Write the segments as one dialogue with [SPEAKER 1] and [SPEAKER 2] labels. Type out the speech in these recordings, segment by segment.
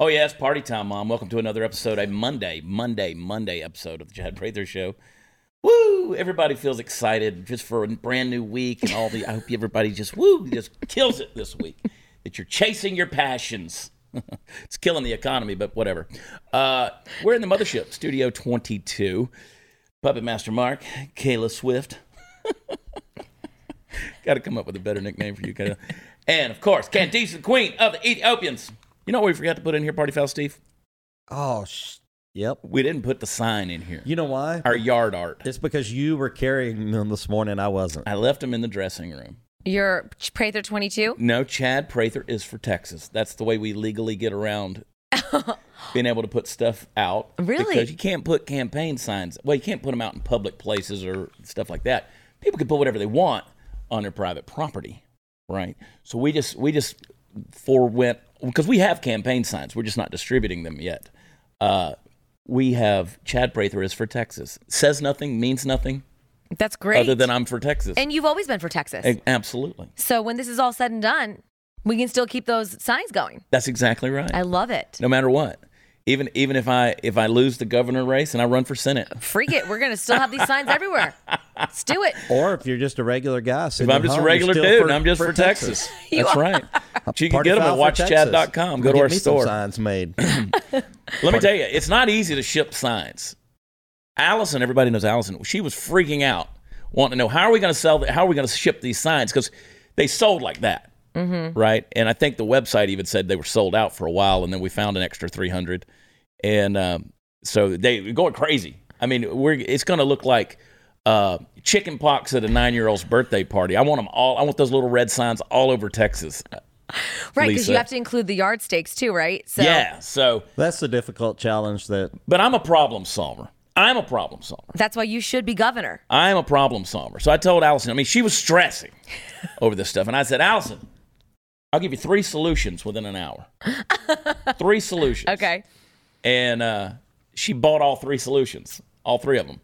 [SPEAKER 1] Oh yeah, it's party time, Mom. Welcome to another episode, a Monday, Monday, Monday episode of the Chad Prather Show. Woo! Everybody feels excited just for a brand new week and all the. I hope everybody just woo just kills it this week. That you're chasing your passions. it's killing the economy, but whatever. Uh, we're in the mothership, Studio 22. Puppet Master Mark, Kayla Swift. Got to come up with a better nickname for you, Kayla. And of course, Candice, the Queen of the Ethiopians. You know what we forgot to put in here, Party Foul Steve?
[SPEAKER 2] Oh, sh- yep.
[SPEAKER 1] We didn't put the sign in here.
[SPEAKER 2] You know why?
[SPEAKER 1] Our yard art.
[SPEAKER 2] It's because you were carrying them this morning. I wasn't.
[SPEAKER 1] I left him in the dressing room.
[SPEAKER 3] You're Prather 22?
[SPEAKER 1] No, Chad Prather is for Texas. That's the way we legally get around being able to put stuff out.
[SPEAKER 3] Really?
[SPEAKER 1] Because you can't put campaign signs. Well, you can't put them out in public places or stuff like that. People can put whatever they want on their private property, right? So we just we just forewent because we have campaign signs. We're just not distributing them yet. Uh, we have Chad Prather is for Texas. Says nothing, means nothing,
[SPEAKER 3] That's great.
[SPEAKER 1] other than I'm for Texas.
[SPEAKER 3] and you've always been for Texas.
[SPEAKER 1] A- Absolutely.
[SPEAKER 3] so when this is all said and done, we can still keep those signs going.
[SPEAKER 1] That's exactly right.
[SPEAKER 3] I love it.
[SPEAKER 1] no matter what. Even even if I if I lose the governor race and I run for senate,
[SPEAKER 3] Freak it. We're going to still have these signs everywhere. Let's do it.
[SPEAKER 2] Or if you're just a regular guy.
[SPEAKER 1] if I'm just a regular dude, and I'm just for, Texas. That's right. But you can get them at watchchad.com. Go to our store.
[SPEAKER 2] signs made.
[SPEAKER 1] Let me tell you, it's not easy to ship signs. Allison, everybody knows Allison. She was freaking out, wanting to know how are we going to sell, the, how are we going to ship these signs because they sold like that, mm-hmm. right? And I think the website even said they were sold out for a while, and then we found an extra three hundred, and um, so they were going crazy. I mean, we're it's going to look like uh, chicken pox at a nine-year-old's birthday party. I want them all. I want those little red signs all over Texas.
[SPEAKER 3] Right. Because
[SPEAKER 1] Lisa.
[SPEAKER 3] you have to include the yard stakes too, right? So
[SPEAKER 1] Yeah. So,
[SPEAKER 2] That's the difficult challenge that
[SPEAKER 1] but I'm a problem solver. I'm a problem solver.
[SPEAKER 3] that's why you should be governor.
[SPEAKER 1] I'm a problem solver. So I told Allison, I mean, she was stressing over this stuff. And I said, Allison, I'll give you three solutions within an hour. three solutions.
[SPEAKER 3] Okay.
[SPEAKER 1] And uh, she bought all three solutions, all three of them.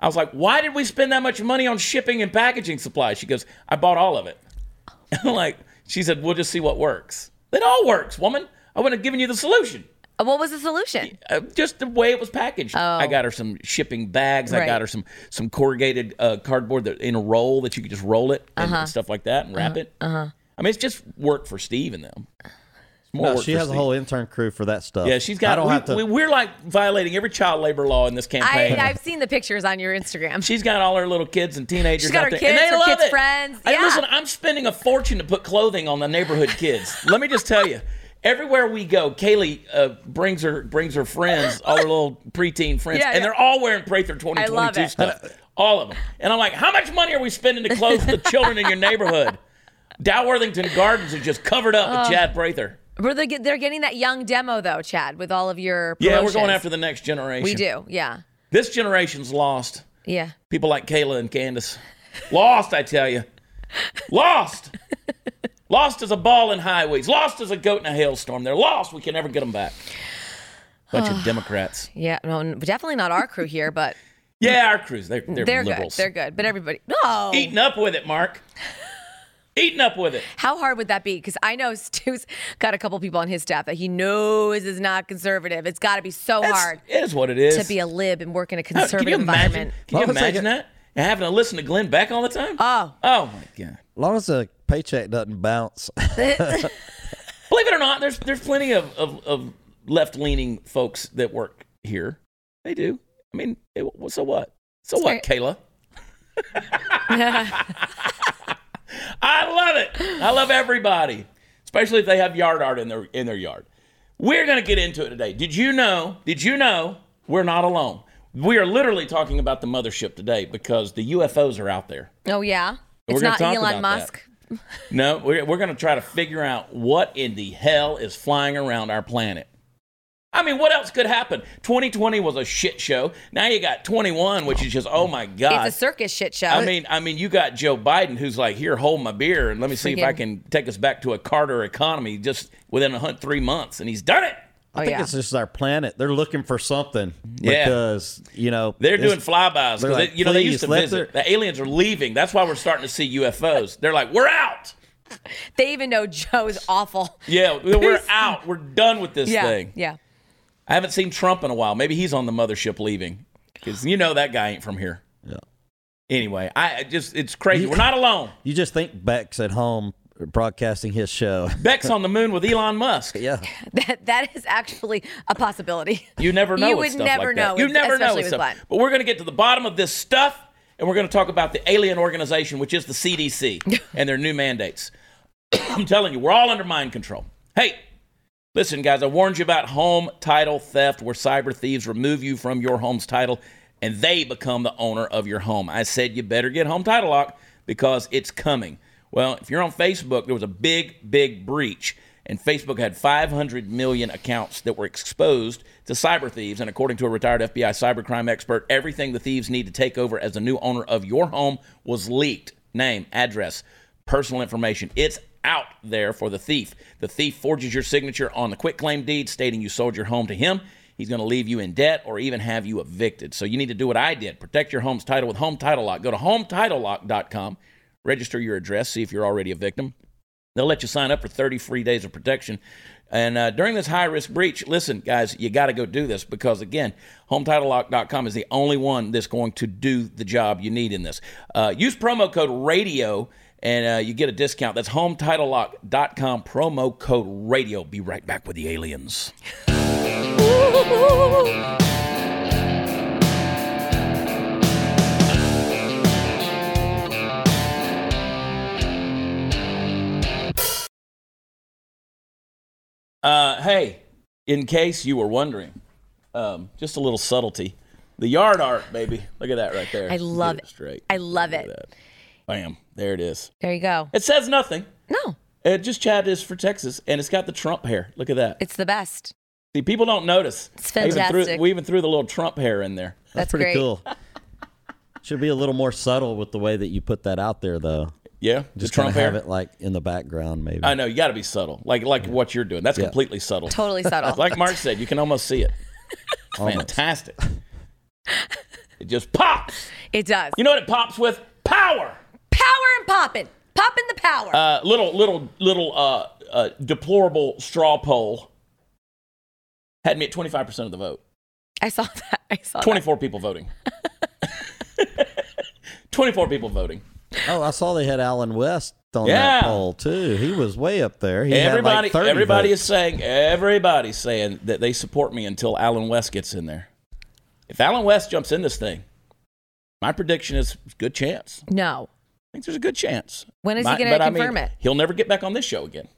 [SPEAKER 1] I was like, why did we spend that much money on shipping and packaging supplies? She goes, I bought all of it. I'm like, she said, we'll just see what works. It all works, woman. I wouldn't have given you the solution
[SPEAKER 3] Uh, What was the solution?
[SPEAKER 1] uh, just the way it was packaged. I got her some shipping bags. I
[SPEAKER 3] Oh. Right.
[SPEAKER 1] got her some some corrugated uh, cardboard that in a roll that you could just roll it and
[SPEAKER 3] Uh-huh.
[SPEAKER 1] stuff like that and wrap it. Uh-huh. I mean, it's just work for Steve and them. It's more
[SPEAKER 2] no,
[SPEAKER 1] work
[SPEAKER 2] she
[SPEAKER 1] for
[SPEAKER 2] has a
[SPEAKER 1] Steve.
[SPEAKER 2] whole intern crew for that stuff.
[SPEAKER 1] Yeah, she's got.
[SPEAKER 2] I don't
[SPEAKER 1] we,
[SPEAKER 2] have to.
[SPEAKER 1] We, are like violating every child labor law in this
[SPEAKER 3] I,
[SPEAKER 1] campaign.
[SPEAKER 3] I've seen the pictures on your Instagram.
[SPEAKER 1] She's got all her little kids and teenagers
[SPEAKER 3] She's got
[SPEAKER 1] out
[SPEAKER 3] her
[SPEAKER 1] there, and they
[SPEAKER 3] kids, her
[SPEAKER 1] love
[SPEAKER 3] kids'
[SPEAKER 1] it.
[SPEAKER 3] friends.
[SPEAKER 1] I-
[SPEAKER 3] Yeah.
[SPEAKER 1] listen, I'm spending a fortune to put clothing on the neighborhood kids. Let me just tell you, everywhere we go, Kaylee uh, brings her brings her friends, all her little preteen friends,
[SPEAKER 3] Yeah,
[SPEAKER 1] and
[SPEAKER 3] yeah.
[SPEAKER 1] they're all wearing Prather 2022
[SPEAKER 3] love it.
[SPEAKER 1] stuff. All of them. And I'm like, how much money are we spending to clothe the children in your neighborhood? Doworthington Gardens is just covered up
[SPEAKER 3] Oh.
[SPEAKER 1] with Chad Prather.
[SPEAKER 3] We're the, they're getting that young demo though, Chad, with all of your
[SPEAKER 1] Yeah, we're
[SPEAKER 3] promotions.
[SPEAKER 1] going after the next generation.
[SPEAKER 3] We do. Yeah.
[SPEAKER 1] This generation's lost.
[SPEAKER 3] Yeah.
[SPEAKER 1] People like Kayla and Candace. Lost, I tell you. Lost. lost as a ball in highways. Lost as a goat in a hailstorm. They're lost. We can never get them back. Bunch of Democrats.
[SPEAKER 3] Yeah. No, n- definitely not our crew here, but
[SPEAKER 1] Yeah, our crews. They're, they're,
[SPEAKER 3] They're
[SPEAKER 1] liberals.
[SPEAKER 3] good. They're good. But everybody, no.
[SPEAKER 1] Eating up with it, Mark. Eating up with it.
[SPEAKER 3] How hard would that be? Because I know Stu's got a couple people on his staff that he knows is not conservative. It's got to be so hard
[SPEAKER 1] It is what it is.
[SPEAKER 3] to be a lib and work in a
[SPEAKER 1] Oh, Can you
[SPEAKER 3] conservative
[SPEAKER 1] imagine,
[SPEAKER 3] environment.
[SPEAKER 1] can you
[SPEAKER 2] Well, it's like
[SPEAKER 1] imagine
[SPEAKER 2] a-
[SPEAKER 1] that? And having to listen to Glenn Beck all the time?
[SPEAKER 3] Oh.
[SPEAKER 1] Oh, my God.
[SPEAKER 2] as long as the paycheck doesn't bounce.
[SPEAKER 1] Believe it or not, there's there's plenty of of, of left leaning folks that work here. They do. I mean, it, so what? So what, Kayla? I love it. I love everybody, especially if they have yard art in their in their yard. We're gonna get into it today. Did you know? Did you know we're not alone? We are literally talking about the mothership today because the UFOs are out there.
[SPEAKER 3] Oh yeah,
[SPEAKER 1] We're
[SPEAKER 3] it's
[SPEAKER 1] gonna
[SPEAKER 3] not
[SPEAKER 1] talk
[SPEAKER 3] Elon
[SPEAKER 1] about that.
[SPEAKER 3] Musk.
[SPEAKER 1] No, we're, we're going to try to figure out what in the hell is flying around our planet. I mean, what else could happen? 2020 was a shit show. Now you got 21, which is just oh my god.
[SPEAKER 3] It's a circus shit show.
[SPEAKER 1] I mean, I mean, you got Joe Biden who's like, here, hold my beer, and let me see if I
[SPEAKER 3] Freaking-
[SPEAKER 1] can take us back to a Carter economy just within a hun- three months, and he's done it.
[SPEAKER 3] oh
[SPEAKER 2] I think
[SPEAKER 3] yeah.
[SPEAKER 2] it's just our planet. They're looking for something
[SPEAKER 1] Yeah.
[SPEAKER 2] because you know
[SPEAKER 1] They're
[SPEAKER 2] it's-
[SPEAKER 1] doing flybys because
[SPEAKER 2] they're like,
[SPEAKER 1] you know they used
[SPEAKER 2] "Please,
[SPEAKER 1] to
[SPEAKER 2] let
[SPEAKER 1] visit. The aliens are leaving. That's why we're starting to see UFOs. They're like, we're out.
[SPEAKER 3] They even know Joe's awful.
[SPEAKER 1] Yeah, we're out. We're done with this
[SPEAKER 3] Yeah.
[SPEAKER 1] thing.
[SPEAKER 3] Yeah.
[SPEAKER 1] I haven't seen Trump in a while. Maybe he's on the mothership leaving because you know that guy ain't from here.
[SPEAKER 2] Yeah.
[SPEAKER 1] Anyway, I I just it's crazy. We're not alone.
[SPEAKER 2] You just think Beck's at home broadcasting his show.
[SPEAKER 1] Beck's on the moon with Elon Musk.
[SPEAKER 2] yeah.
[SPEAKER 3] That that is actually a possibility.
[SPEAKER 1] You never know.
[SPEAKER 3] You
[SPEAKER 1] with
[SPEAKER 3] would
[SPEAKER 1] stuff
[SPEAKER 3] never
[SPEAKER 1] like that.
[SPEAKER 3] know,
[SPEAKER 1] You never know.
[SPEAKER 3] especially
[SPEAKER 1] with
[SPEAKER 3] with
[SPEAKER 1] stuff.
[SPEAKER 3] Biden.
[SPEAKER 1] But we're going to get to the bottom of this stuff, and we're going to talk about the alien organization, which is the CDC, and their new mandates. I'm telling you, we're all under mind control. Hey, listen, guys, I warned you about home title theft, where cyber thieves remove you from your home's title and they become the owner of your home. I said you better get home title lock because it's coming. Well, if you're on Facebook, there was a big, big breach, and Facebook had 500 million accounts that were exposed to cyber thieves. And according to a retired FBI cybercrime expert, everything the thieves need to take over as the new owner of your home was leaked name, address, personal information. It's out there for the thief. The thief forges your signature on the quitclaim deed stating you sold your home to him. He's going to leave you in debt or even have you evicted. So you need to do what I did. Protect your home's title with Home Title Lock. Go to hometitlelock.com, register your address, see if you're already a victim. They'll let you sign up for 30 free days of protection. And uh, during this high risk breach, listen, guys, you got to go do this because, again, HometitleLock.com is the only one that's going to do the job you need in this. Uh, use promo code RADIO and uh, you get a discount. That's HometitleLock.com, promo code RADIO. Be right back with the aliens. Uh, hey, in case you were wondering, um, just a little subtlety. The yard art, baby. Look at that right there.
[SPEAKER 3] I love
[SPEAKER 1] Get
[SPEAKER 3] it.
[SPEAKER 1] Straight.
[SPEAKER 3] I love it.
[SPEAKER 1] Bam. There it is.
[SPEAKER 3] There you go.
[SPEAKER 1] It says nothing.
[SPEAKER 3] No,
[SPEAKER 1] It just Chad is for Texas, and it's got the Trump hair. Look at that.
[SPEAKER 3] it's the best.
[SPEAKER 1] See, people don't notice.
[SPEAKER 3] It's
[SPEAKER 1] I even threw-
[SPEAKER 3] fantastic.
[SPEAKER 1] we even threw the little Trump hair in there.
[SPEAKER 3] That's
[SPEAKER 2] pretty
[SPEAKER 3] great.
[SPEAKER 2] cool. Should be a little more subtle with the way that you put that out there, though.
[SPEAKER 1] Yeah,
[SPEAKER 2] Just
[SPEAKER 1] the Trump
[SPEAKER 2] kind of
[SPEAKER 1] hair.
[SPEAKER 2] have it like in the background, maybe.
[SPEAKER 1] I know you got to be subtle, like like what you're doing. That's completely subtle.
[SPEAKER 3] Totally subtle.
[SPEAKER 1] Like Mark said, you can almost see it. It's fantastic. it just pops.
[SPEAKER 3] it does.
[SPEAKER 1] You know what it pops with? Power.
[SPEAKER 3] power and popping. Popping the power.
[SPEAKER 1] Uh, little little little uh, uh, deplorable straw poll had me at 25 percent of the vote.
[SPEAKER 3] I saw that. I saw that.
[SPEAKER 1] 24 people voting. 24 people voting.
[SPEAKER 2] Oh, I saw they had Alan West on
[SPEAKER 1] Yeah.
[SPEAKER 2] that poll too. He was way up there. He
[SPEAKER 1] everybody
[SPEAKER 2] had like 30
[SPEAKER 1] everybody
[SPEAKER 2] votes.
[SPEAKER 1] is saying everybody's saying that they support me until Alan West gets in there. If Alan West jumps in this thing, my prediction is good chance.
[SPEAKER 3] No.
[SPEAKER 1] I think there's a good chance.
[SPEAKER 3] When is he
[SPEAKER 1] My-
[SPEAKER 3] gonna
[SPEAKER 1] but I mean,
[SPEAKER 3] confirm it?
[SPEAKER 1] He'll never get back on this show again.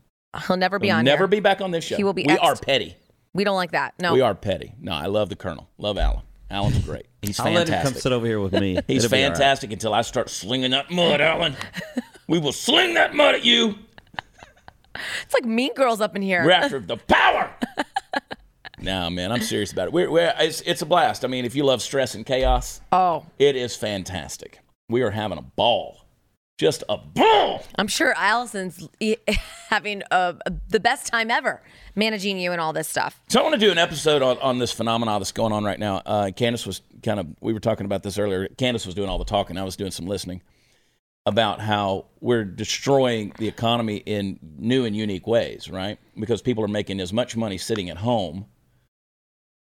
[SPEAKER 3] He'll never be
[SPEAKER 1] He'll
[SPEAKER 3] on
[SPEAKER 1] never
[SPEAKER 3] here.
[SPEAKER 1] be back on this show.
[SPEAKER 3] He will be
[SPEAKER 1] We are
[SPEAKER 3] axed.
[SPEAKER 1] petty.
[SPEAKER 3] We don't like that. No.
[SPEAKER 1] We are petty. No, I love the Colonel. Love Alan. Alan's great. He's
[SPEAKER 2] I'll
[SPEAKER 1] fantastic.
[SPEAKER 2] let him come sit over here with me.
[SPEAKER 1] He's
[SPEAKER 2] It'll be all right.
[SPEAKER 1] fantastic until I start slinging that mud, Alan. we will sling that mud at you.
[SPEAKER 3] It's like mean girls up in here.
[SPEAKER 1] We're after the power. nah, man, I'm serious about it. We're, we're, it's, it's a blast. I mean, if you love stress and chaos,
[SPEAKER 3] oh,
[SPEAKER 1] it is fantastic. We are having a ball. Just a ball.
[SPEAKER 3] I'm sure Allison's e- having uh, the best time ever managing you and all this stuff.
[SPEAKER 1] So I want to do an episode on, on this phenomenon that's going on right now. Uh, Candace was kind of, we were talking about this earlier. Candace was doing all the talking. I was doing some listening about how we're destroying the economy in new and unique ways, right? Because people are making as much money sitting at home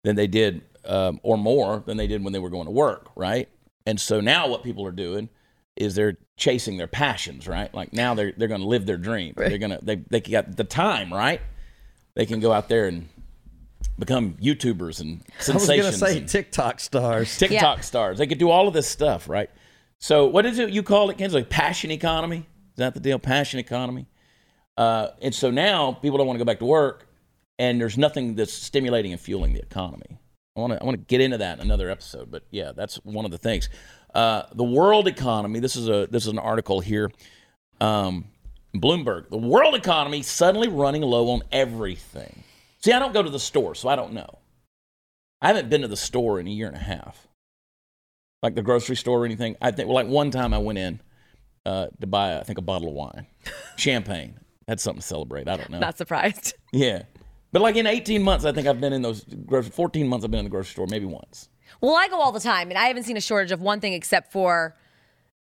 [SPEAKER 1] than they did, um, or more than they did when they were going to work, right? And so now what people are doing is they're chasing their passions, right? Like now they're they're going to live their dream. They're going to they they got the time, right? They can go out there and become YouTubers and
[SPEAKER 2] I was gonna
[SPEAKER 1] sensations.
[SPEAKER 2] say
[SPEAKER 1] and-
[SPEAKER 2] TikTok stars.
[SPEAKER 1] TikTok stars. They could do all of this stuff, right? So what is it you call it, Ken's? Like passion economy? Is that the deal? Passion economy. Uh, and so now people don't want to go back to work, and there's nothing that's stimulating and fueling the economy. I want to I want to get into that in another episode, but yeah, that's one of the things. Uh, the world economy. This is a this is an article here. Um, Bloomberg. The world economy suddenly running low on everything. See, I don't go to the store, so I don't know. I haven't been to the store in a year and a half, like the grocery store or anything. I think, well, like one time I went in uh, to buy, I think, a bottle of wine, champagne. That's something to celebrate. I don't know.
[SPEAKER 3] Not surprised.
[SPEAKER 1] yeah. But like in 18 months, I think I've been in those, grocery, 14 months I've been in the grocery store, maybe once.
[SPEAKER 3] Well, I go all the time, and I haven't seen a shortage of one thing except for,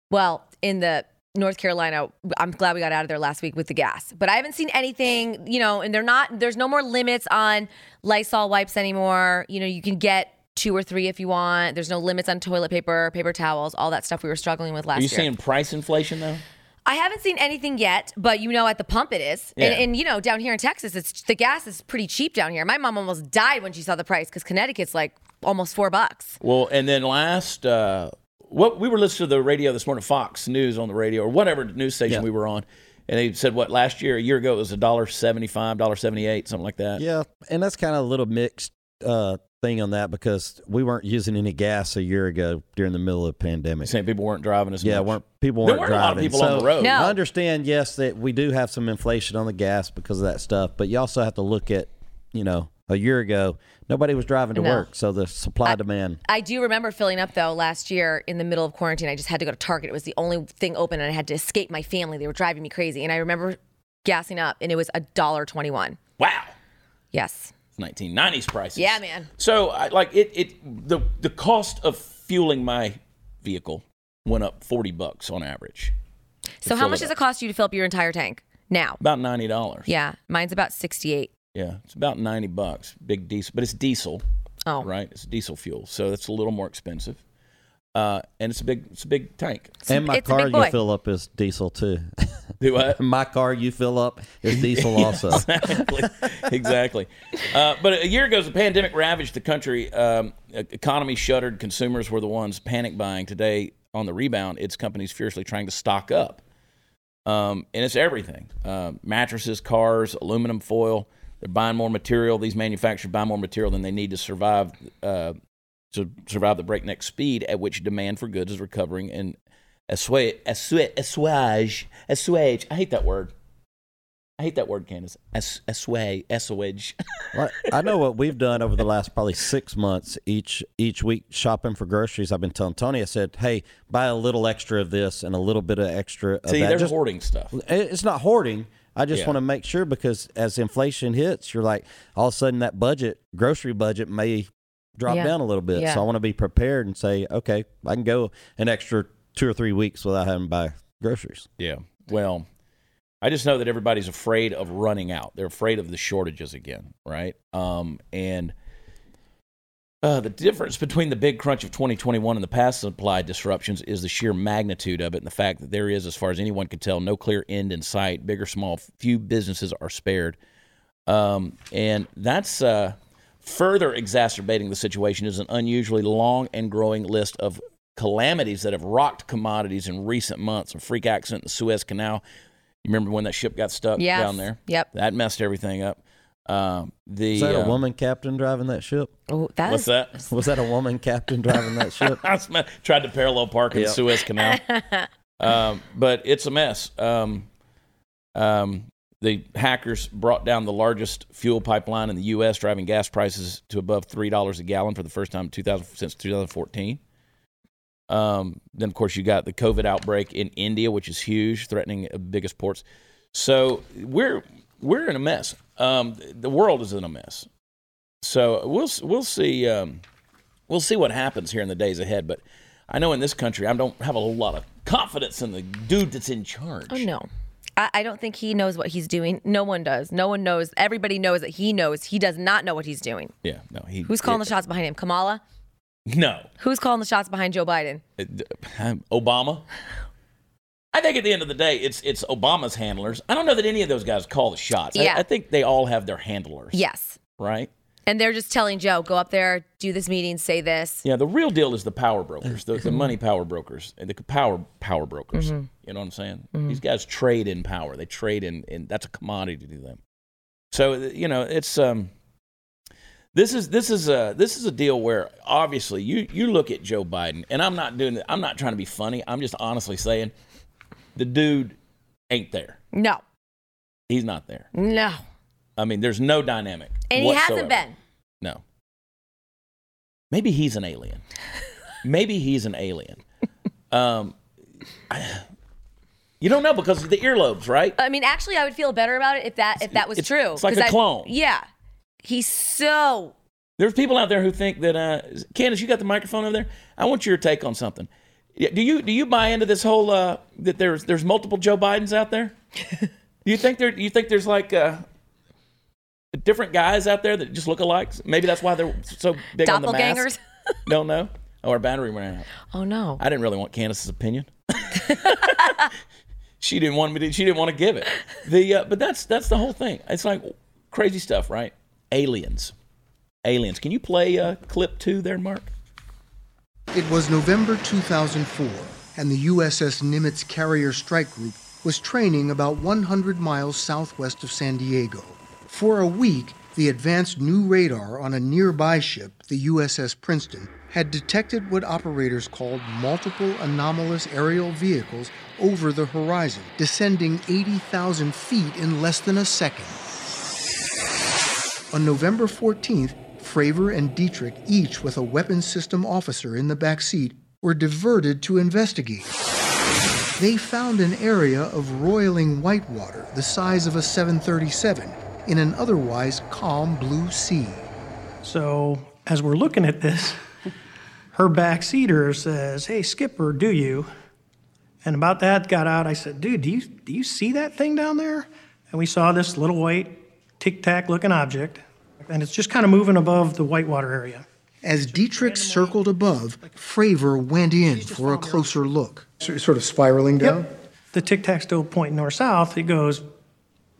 [SPEAKER 3] well, in the North Carolina, I'm glad we got out of there last week with the gas. But I haven't seen anything, you know, and they're not there's no more limits on Lysol wipes anymore. You know, you can get two or three if you want. There's no limits on toilet paper, paper towels, all that stuff we were struggling with last
[SPEAKER 1] Are you
[SPEAKER 3] year.
[SPEAKER 1] seeing price inflation though?
[SPEAKER 3] I haven't seen anything yet, but you know, at the pump it is,
[SPEAKER 1] Yeah.
[SPEAKER 3] and, and you know, down here in Texas, it's the gas is pretty cheap down here. My mom almost died when she saw the price because Connecticut's like almost four bucks.
[SPEAKER 1] Well, and then last, uh, what we were listening to the radio this morning, Fox News on the radio or whatever news station
[SPEAKER 2] Yeah.
[SPEAKER 1] we were on, and they said what last year, a year ago, it was a dollar seventy-five, dollar seventy-eight, something like that.
[SPEAKER 2] Yeah, and that's kind of a little mixed uh, thing on that because we weren't using any gas a year ago during the middle of the pandemic.
[SPEAKER 1] Saying people weren't driving as
[SPEAKER 2] Yeah,
[SPEAKER 1] much.
[SPEAKER 2] weren't people
[SPEAKER 1] There
[SPEAKER 2] weren't,
[SPEAKER 1] weren't a lot of
[SPEAKER 2] driving.
[SPEAKER 1] people on the road.
[SPEAKER 3] No.
[SPEAKER 2] I understand, yes, that we do have some inflation on the gas because of that stuff, but you also have to look at, you know, a year ago nobody was driving to
[SPEAKER 3] No.
[SPEAKER 2] work, so the supply demand.
[SPEAKER 3] I do remember filling up though last year in the middle of quarantine. I just had to go to Target. It was the only thing open, and I had to escape my family. They were driving me crazy, and I remember gassing up, and it was a dollar twenty-one.
[SPEAKER 1] Wow.
[SPEAKER 3] Yes,
[SPEAKER 1] 1990s prices.
[SPEAKER 3] Yeah, man.
[SPEAKER 1] So I, like it, it the the cost of fueling my vehicle went up 40 bucks on average,
[SPEAKER 3] So
[SPEAKER 1] fill
[SPEAKER 3] how
[SPEAKER 1] it
[SPEAKER 3] much does it cost you to fill up your entire tank now?
[SPEAKER 1] about ninety dollars.
[SPEAKER 3] Yeah, mine's about sixty-eight.
[SPEAKER 1] Yeah, it's about 90 bucks, big diesel, but it's diesel,
[SPEAKER 3] Oh,
[SPEAKER 1] right? It's diesel fuel, so it's a little more expensive, uh, and it's a big it's a big tank.
[SPEAKER 2] and my
[SPEAKER 3] it's a
[SPEAKER 2] car
[SPEAKER 3] big
[SPEAKER 2] you
[SPEAKER 3] boy.
[SPEAKER 2] fill up is diesel too.
[SPEAKER 1] Do I?
[SPEAKER 2] my car you fill up is diesel also.
[SPEAKER 1] exactly. exactly. Uh, but a year ago, the pandemic ravaged the country. Um, e- economy shuttered. Consumers were the ones panic buying. Today, on the rebound, it's companies fiercely trying to stock up. Um, and it's everything Um mattresses, cars, aluminum foil. They're buying more material. These manufacturers buy more material than they need to survive. Uh, to survive the breakneck speed at which demand for goods is recovering and assuage, assuage, assuage. I hate that word. I hate that word, Candace. As- Assuage, assuage.
[SPEAKER 2] Well, I know what we've done over the last probably six months each each week shopping for groceries. I've been telling Tony, I said, "Hey, buy a little extra of this and a little bit of extra of
[SPEAKER 1] See,
[SPEAKER 2] that."
[SPEAKER 1] they're
[SPEAKER 2] Just-
[SPEAKER 1] hoarding stuff.
[SPEAKER 2] it- it's not hoarding. I just
[SPEAKER 1] Yeah.
[SPEAKER 2] want to make sure because as inflation hits, you're like all of a sudden that budget grocery budget may drop
[SPEAKER 3] Yeah.
[SPEAKER 2] down a little bit.
[SPEAKER 3] Yeah.
[SPEAKER 2] So I want to be prepared and say, "Okay, I can go an extra two or three weeks without having to buy groceries."
[SPEAKER 1] Yeah. Well, I just know that everybody's afraid of running out. They're afraid of the shortages again, right? Um, and uh, the difference between the big crunch of 2021 and the past supply disruptions is the sheer magnitude of it and the fact that there is, as far as anyone can tell, no clear end in sight. Big or small, few businesses are spared. Um, and that's uh, further exacerbating the situation is an unusually long and growing list of calamities that have rocked commodities in recent months. A freak accident in the Suez Canal. You remember when that ship got stuck
[SPEAKER 3] Yes.
[SPEAKER 1] down there?
[SPEAKER 3] Yep.
[SPEAKER 1] That messed everything up. Um the
[SPEAKER 2] Is that
[SPEAKER 1] uh,
[SPEAKER 2] a woman captain driving that ship?
[SPEAKER 3] oh, that
[SPEAKER 1] What's
[SPEAKER 3] is-
[SPEAKER 1] that?
[SPEAKER 2] Was that a woman captain driving that ship?
[SPEAKER 1] I sm- tried to parallel park in the
[SPEAKER 2] Yep.
[SPEAKER 1] Suez Canal. um, but it's a mess. Um, um, the hackers brought down the largest fuel pipeline in the U.S., driving gas prices to above three dollars a gallon for the first time in 2000, since 2014. Um, then, of course, you got the COVID outbreak in India, which is huge, threatening the biggest ports. So we're we're in a mess. Um, the world is in a mess. So we'll we'll see. Um, we'll see what happens here in the days ahead. But I know in this country, I don't have a whole lot of confidence in the dude that's in charge.
[SPEAKER 3] Oh no. I, I don't think he knows what he's doing. No one does. No one knows. Everybody knows that he knows. He does not know what he's doing.
[SPEAKER 1] Yeah, no. He,
[SPEAKER 3] Who's calling the shots behind him? Kamala?
[SPEAKER 1] the No,
[SPEAKER 3] Who's calling the shots behind Joe Biden?
[SPEAKER 1] It- I'm- Obama. I think at the end of the day, it's it's Obama's handlers. I don't know that any of those guys call the shots. I-
[SPEAKER 3] Yeah.
[SPEAKER 1] I, think they all have their handlers.
[SPEAKER 3] Yes.
[SPEAKER 1] Right.
[SPEAKER 3] And they're just telling Joe, go up there, do this meeting, say this.
[SPEAKER 1] Yeah. The real deal is the power brokers, the, the money power brokers, and the power power brokers.
[SPEAKER 3] Mm-hmm.
[SPEAKER 1] You know what I'm saying? These guys trade in power. They trade in, in that's a commodity to them. So uh, you know, it's um, this is this is a this is a deal where obviously you you look at Joe Biden, and I'm not doing I'm not trying to be funny. I'm just honestly saying, the dude ain't there.
[SPEAKER 3] No.
[SPEAKER 1] He's not there.
[SPEAKER 3] No.
[SPEAKER 1] I mean, there's no dynamic.
[SPEAKER 3] And he
[SPEAKER 1] whatsoever.
[SPEAKER 3] hasn't been.
[SPEAKER 1] No. Maybe he's an alien. Maybe he's an alien. Um, I- you don't know because of the earlobes, right?
[SPEAKER 3] I mean, actually I would feel better about it if that if that was
[SPEAKER 1] It's-
[SPEAKER 3] true.
[SPEAKER 1] it's like
[SPEAKER 3] 'Cause
[SPEAKER 1] a
[SPEAKER 3] I-
[SPEAKER 1] clone.
[SPEAKER 3] Yeah. He's so
[SPEAKER 1] There's people out there who think that, uh, Candace, you got the microphone over there. I want your take on something. Yeah, Do you do you buy into this whole uh, that there's there's multiple Joe Bidens out there? do you think there do you think there's like uh, different guys out there that just look alike? Maybe that's why they're so big on the
[SPEAKER 3] Doppelgangers?
[SPEAKER 1] mask. Don't know. Oh, our battery ran out.
[SPEAKER 3] Oh no.
[SPEAKER 1] I didn't really want Candace's opinion. she didn't want me to. She didn't want to give it. The uh, but that's that's the whole thing. It's like crazy stuff, right? Aliens, aliens. Can you play uh, clip two there, Mark?
[SPEAKER 4] It was November 2004, and the USS Nimitz Carrier Strike Group was training about 100 miles southwest of San Diego. For a week, the advanced new radar on a nearby ship, the USS Princeton, had detected what operators called multiple anomalous aerial vehicles over the horizon, descending 80,000 feet in less than a second. On November 14th, Fravor and Dietrich, each with a weapons system officer in the back seat, were diverted to investigate. They found an area of roiling whitewater the size of a 737 in an otherwise calm blue sea.
[SPEAKER 5] So as we're looking at this, her back seater says, "Hey, skipper, do you?" And about that got out. I said, "Dude, do you do you see that thing down there?" And we saw this little white tic tac looking object, and it's just kind of moving above the whitewater area.
[SPEAKER 4] As Dietrich circled above, Fravor went in for a closer look.
[SPEAKER 6] So you're sort of spiraling down?
[SPEAKER 5] The tic tac's still pointing north south. It goes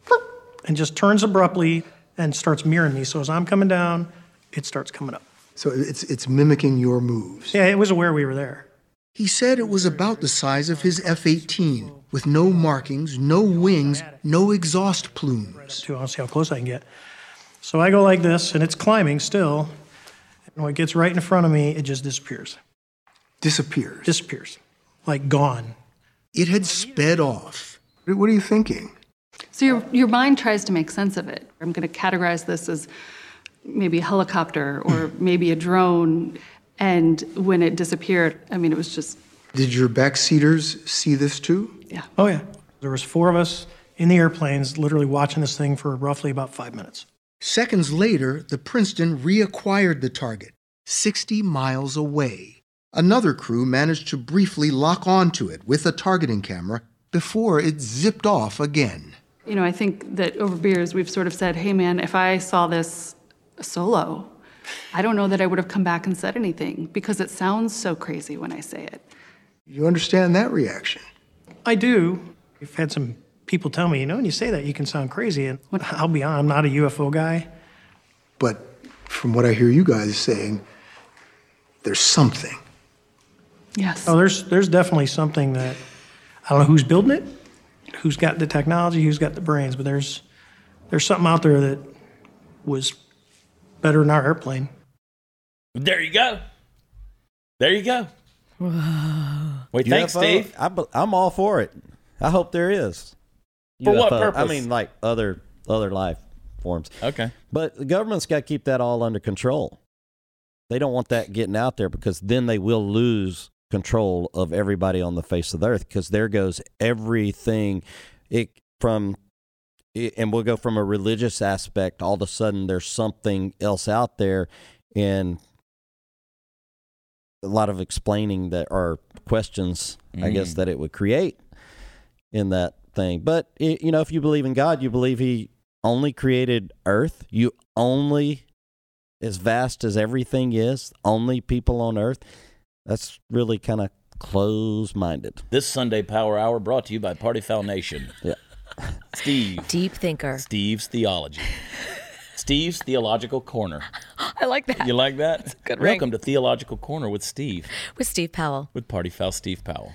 [SPEAKER 5] "Bloop," and just turns abruptly and starts mirroring me. So as I'm coming down, it starts coming up.
[SPEAKER 4] So it's, it's mimicking your moves.
[SPEAKER 5] Yeah, it was aware we were there.
[SPEAKER 4] He said it was about the size of his F 18, with no markings, no wings, no exhaust plumes.
[SPEAKER 5] too. I'll see how close I can get. So I go like this, and it's climbing still. And when it gets right in front of me, it just disappears.
[SPEAKER 6] Disappears.
[SPEAKER 5] Disappears. Like gone.
[SPEAKER 4] It had sped off.
[SPEAKER 6] what are you thinking?
[SPEAKER 7] So your, your mind tries to make sense of it. I'm going to categorize this as maybe a helicopter or maybe a drone. And when it disappeared, I mean, it was just,
[SPEAKER 6] Did your backseaters see this too?
[SPEAKER 7] yeah.
[SPEAKER 5] Oh, yeah. There was four of us in the airplanes literally watching this thing for roughly about five minutes.
[SPEAKER 4] Seconds later, the Princeton reacquired the target, 60 miles away. Another crew managed to briefly lock onto it with a targeting camera before it zipped off again.
[SPEAKER 7] You know, I think that over beers, we've sort of said, hey, man, if I saw this solo, I don't know that I would have come back and said anything because it sounds so crazy when I say it.
[SPEAKER 6] You understand that reaction.
[SPEAKER 5] I do. I've had some people tell me, you know, when you say that, you can sound crazy. And I'll be honest, I'm not a UFO guy.
[SPEAKER 6] But from what I hear you guys saying, there's something.
[SPEAKER 7] Yes.
[SPEAKER 5] Oh, there's there's definitely something that I don't know who's building it, who's got the technology, who's got the brains, but there's there's something out there that was better than our airplane.
[SPEAKER 1] There you go. There you go. Wait, thanks,
[SPEAKER 2] UFO?
[SPEAKER 1] Steve.
[SPEAKER 2] I, be- I'm all for it. I hope there is.
[SPEAKER 1] For what
[SPEAKER 2] I
[SPEAKER 1] purpose?
[SPEAKER 2] mean, like other other life forms.
[SPEAKER 1] Okay.
[SPEAKER 2] But the government's got to keep that all under control. They don't want that getting out there because then they will lose control of everybody on the face of the earth because there goes everything it from it- and we'll go from a religious aspect all of a sudden there's something else out there and a lot of explaining that are questions i guess that it would create in that thing but it, you know if you believe in god you believe he only created earth you only as vast as everything is only people on earth that's really kind of close-minded
[SPEAKER 1] This Sunday Power Hour brought to you by Party Foul Nation.
[SPEAKER 2] Yeah.
[SPEAKER 1] Steve.
[SPEAKER 3] Deep thinker.
[SPEAKER 1] Steve's theology. Steve's theological corner.
[SPEAKER 3] I like that.
[SPEAKER 1] You like that?
[SPEAKER 3] good ring.
[SPEAKER 1] Welcome to Theological Corner with Steve,
[SPEAKER 3] With Steve Powell.
[SPEAKER 1] with Party Foul Steve Powell.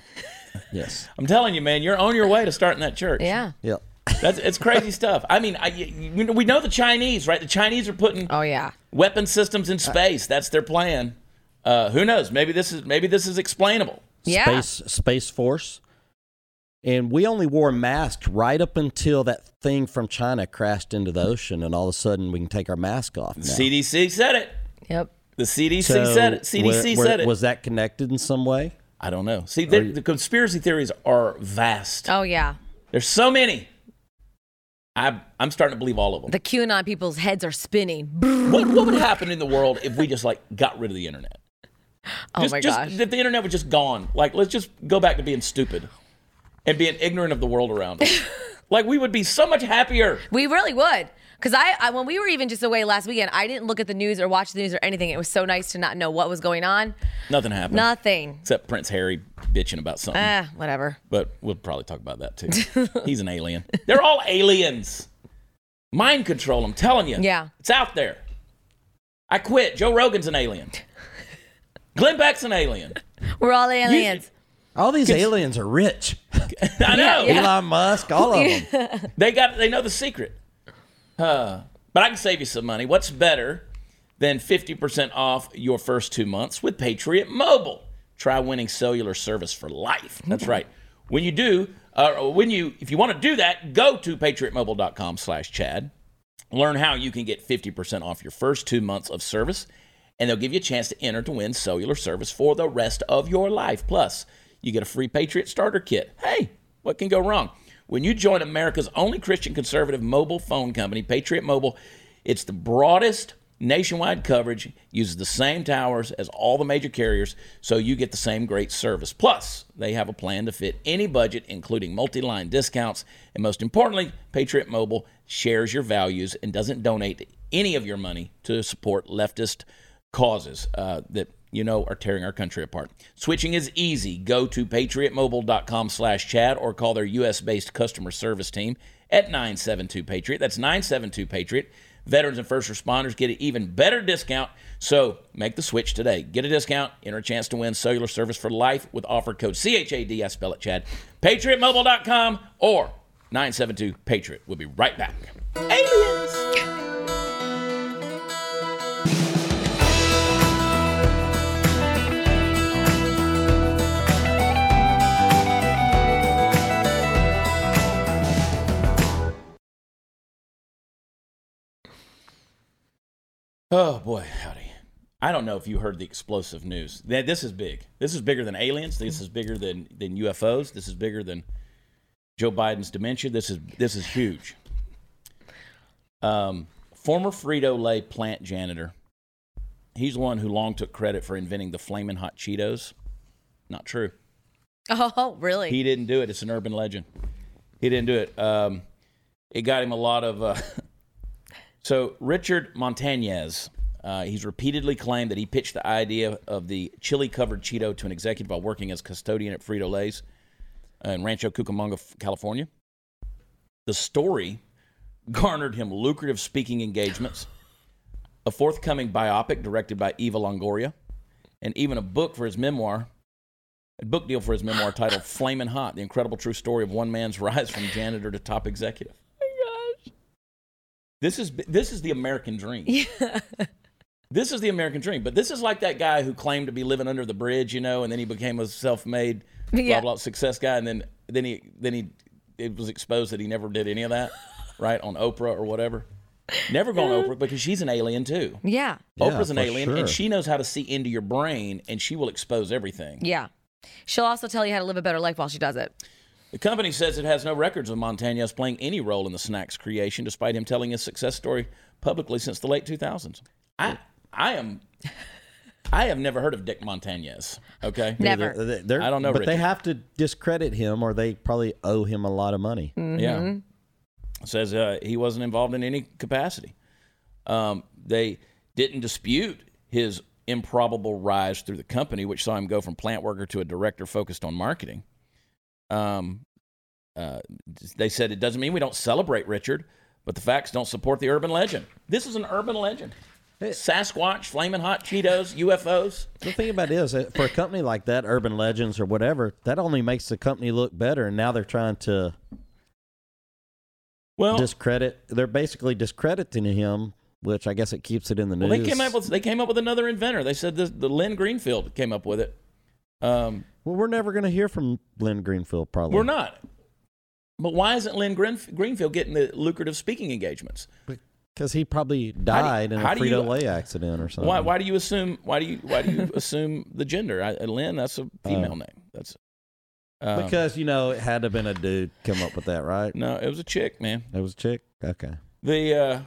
[SPEAKER 2] yes
[SPEAKER 1] I'm telling you, man, you're on your way to starting that church.
[SPEAKER 3] Yeah.
[SPEAKER 2] yep
[SPEAKER 1] That's it's crazy stuff. I mean, I, you know, we know the Chinese, right? The Chinese are putting
[SPEAKER 3] Oh yeah.
[SPEAKER 1] weapon systems in space. That's their plan. Uh, who knows? Maybe this is maybe this is explainable.
[SPEAKER 3] Yeah.
[SPEAKER 2] Space Space Force. And we only wore masks right up until that thing from China crashed into the ocean, and all of a sudden we can take our mask off. Now.
[SPEAKER 1] CDC said it.
[SPEAKER 3] Yep.
[SPEAKER 1] The CDC
[SPEAKER 2] So,
[SPEAKER 1] said it. CDC
[SPEAKER 2] were- were-
[SPEAKER 1] said it.
[SPEAKER 2] Was that connected in some way?
[SPEAKER 1] I don't know. See, the, the conspiracy theories are vast.
[SPEAKER 3] Oh yeah.
[SPEAKER 1] There's so many. I, I'm starting to believe all of them.
[SPEAKER 3] The QAnon people's heads are spinning. Oh
[SPEAKER 1] what, what would happen in the world if we just like got rid of the internet?
[SPEAKER 3] Oh
[SPEAKER 1] just,
[SPEAKER 3] my
[SPEAKER 1] just-
[SPEAKER 3] gosh.
[SPEAKER 1] that the internet was just gone. Like, let's just go back to being stupid and being ignorant of the world around us. like, we would be so much happier.
[SPEAKER 3] We really would. Because I, I, when we were even just away last weekend, I didn't look at the news or watch the news or anything. It was so nice to not know what was going on.
[SPEAKER 1] Nothing
[SPEAKER 3] Mm.
[SPEAKER 1] happened.
[SPEAKER 3] Nothing.
[SPEAKER 1] Except Prince Harry bitching about something.
[SPEAKER 3] Ah, whatever.
[SPEAKER 1] but we'll probably talk about that too. He's an alien. They're all aliens. Mind control, I'm telling you.
[SPEAKER 3] Yeah.
[SPEAKER 1] It's out there. I quit. Joe Rogan's an alien. Glenn Beck's an alien.
[SPEAKER 3] We're all aliens.
[SPEAKER 2] All these aliens are rich.
[SPEAKER 1] I know.
[SPEAKER 2] Elon Musk, all of them.
[SPEAKER 1] They got they know the secret. Uh, but I can save you some money. What's better than 50% off your first 2 months with Patriot Mobile? Try winning cellular service for life. That's right. When you do, uh, when you if you want to do that, go to patriotmobile.com/chad. Learn how you can get 50% off your first 2 months of service and they'll give you a chance to enter to win cellular service for the rest of your life. Plus, you get a free Patriot starter kit. Hey, what can go wrong? When you join America's only Christian conservative mobile phone company, Patriot Mobile, it's the broadest nationwide coverage, uses the same towers as all the major carriers, so you get the same great service. Plus, they have a plan to fit any budget, including multi line discounts. And most importantly, Patriot Mobile shares your values and doesn't donate any of your money to support leftist causes uh, that you know are tearing our country apart. Switching is easy. Go to patriotmobile.com slash Chad or call their U.S.-based customer service team at 972-PATRIOT. That's 972-PATRIOT. Veterans and first responders get an even better discount, so make the switch today. Get a discount, enter a chance to win cellular service for life with offer code CHAD, I spell it Chad, patriotmobile.com or 972-PATRIOT. We'll be right back. Aliens! Oh boy, howdy! I don't know if you heard the explosive news. Th- This is big. This is bigger than aliens. This is bigger than than UFOs. This is bigger than Joe Biden's dementia. This is this is huge. Um, former Frito Lay plant janitor. He's the one who long took credit for inventing the flaming hot Cheetos. Not true.
[SPEAKER 3] Oh, really?
[SPEAKER 1] He didn't do it. It's an urban legend. He didn't do it. Um, it got him a lot of. Uh, so Richard Montañez, uh, he's repeatedly claimed that he pitched the idea of the chili-covered Cheeto to an executive while working as custodian at Frito Lay's in Rancho Cucamonga, California. The story garnered him lucrative speaking engagements, a forthcoming biopic directed by Eva Longoria, and even a book for his memoir a book deal for his memoir titled Flamin' Hot The Incredible True Story of One Man's Rise from Janitor to Top Executive. This is this is the American dream. This is the American dream. But this is like that guy who claimed to be living under the bridge, you know, and then he became a self-made blah
[SPEAKER 3] Yeah.
[SPEAKER 1] blah success guy and then then he then he it was exposed that he never did any of that, right? On Oprah or whatever. Never go on Oprah because she's an alien too.
[SPEAKER 3] yeah.
[SPEAKER 1] Oprah's an
[SPEAKER 2] for
[SPEAKER 1] alien
[SPEAKER 2] sure.
[SPEAKER 1] and she knows how to see into your brain and she will expose everything.
[SPEAKER 3] Yeah. She'll also tell you how to live a better life while she does it.
[SPEAKER 1] The company says it has no records of Montañez playing any role in the snack's creation, despite him telling his success story publicly since the late 2000s. I, I am, I have never heard of Dick Montañez. Okay,
[SPEAKER 3] Never.
[SPEAKER 2] They- they're-
[SPEAKER 1] I don't know,
[SPEAKER 2] But they
[SPEAKER 1] Richard.
[SPEAKER 2] have to discredit him or they probably owe him a lot of money.
[SPEAKER 3] Mm.
[SPEAKER 1] Yeah. Says uh, he wasn't involved in any capacity. Um, they didn't dispute his improbable rise through the company, which saw him go from plant worker to a director focused on marketing. Um, uh, they said it doesn't mean we don't celebrate Richard, but the facts don't support the urban legend. This is an urban legend. Sasquatch, flaming hot Cheetos, UFOs.
[SPEAKER 2] The thing about it is, uh, for a company like that, Urban Legends or whatever, that only makes the company look better. And now they're trying to
[SPEAKER 1] Well,
[SPEAKER 2] discredit. They're basically discrediting him, which I guess it keeps it in the news.
[SPEAKER 1] Well, they came up with they came up with another inventor. They said the, the Lynn Greenfield came up with it. Um,
[SPEAKER 2] Well, we're never going to hear from Lynn Greenfield, probably.
[SPEAKER 1] We're not. But why isn't Lynn Greenf- Greenfield getting the lucrative speaking engagements?
[SPEAKER 2] because he probably died in a
[SPEAKER 1] how do you-
[SPEAKER 2] Frito Lay accident or something.
[SPEAKER 1] Why, why do you assume? Why do you? Why do you assume the gender? I, uh, Lynn, that's a female name. That's um,
[SPEAKER 2] Because you know it had to have been a dude come up with that, right?
[SPEAKER 1] no, it was a chick, man.
[SPEAKER 2] It was a chick. Okay.
[SPEAKER 1] The uh,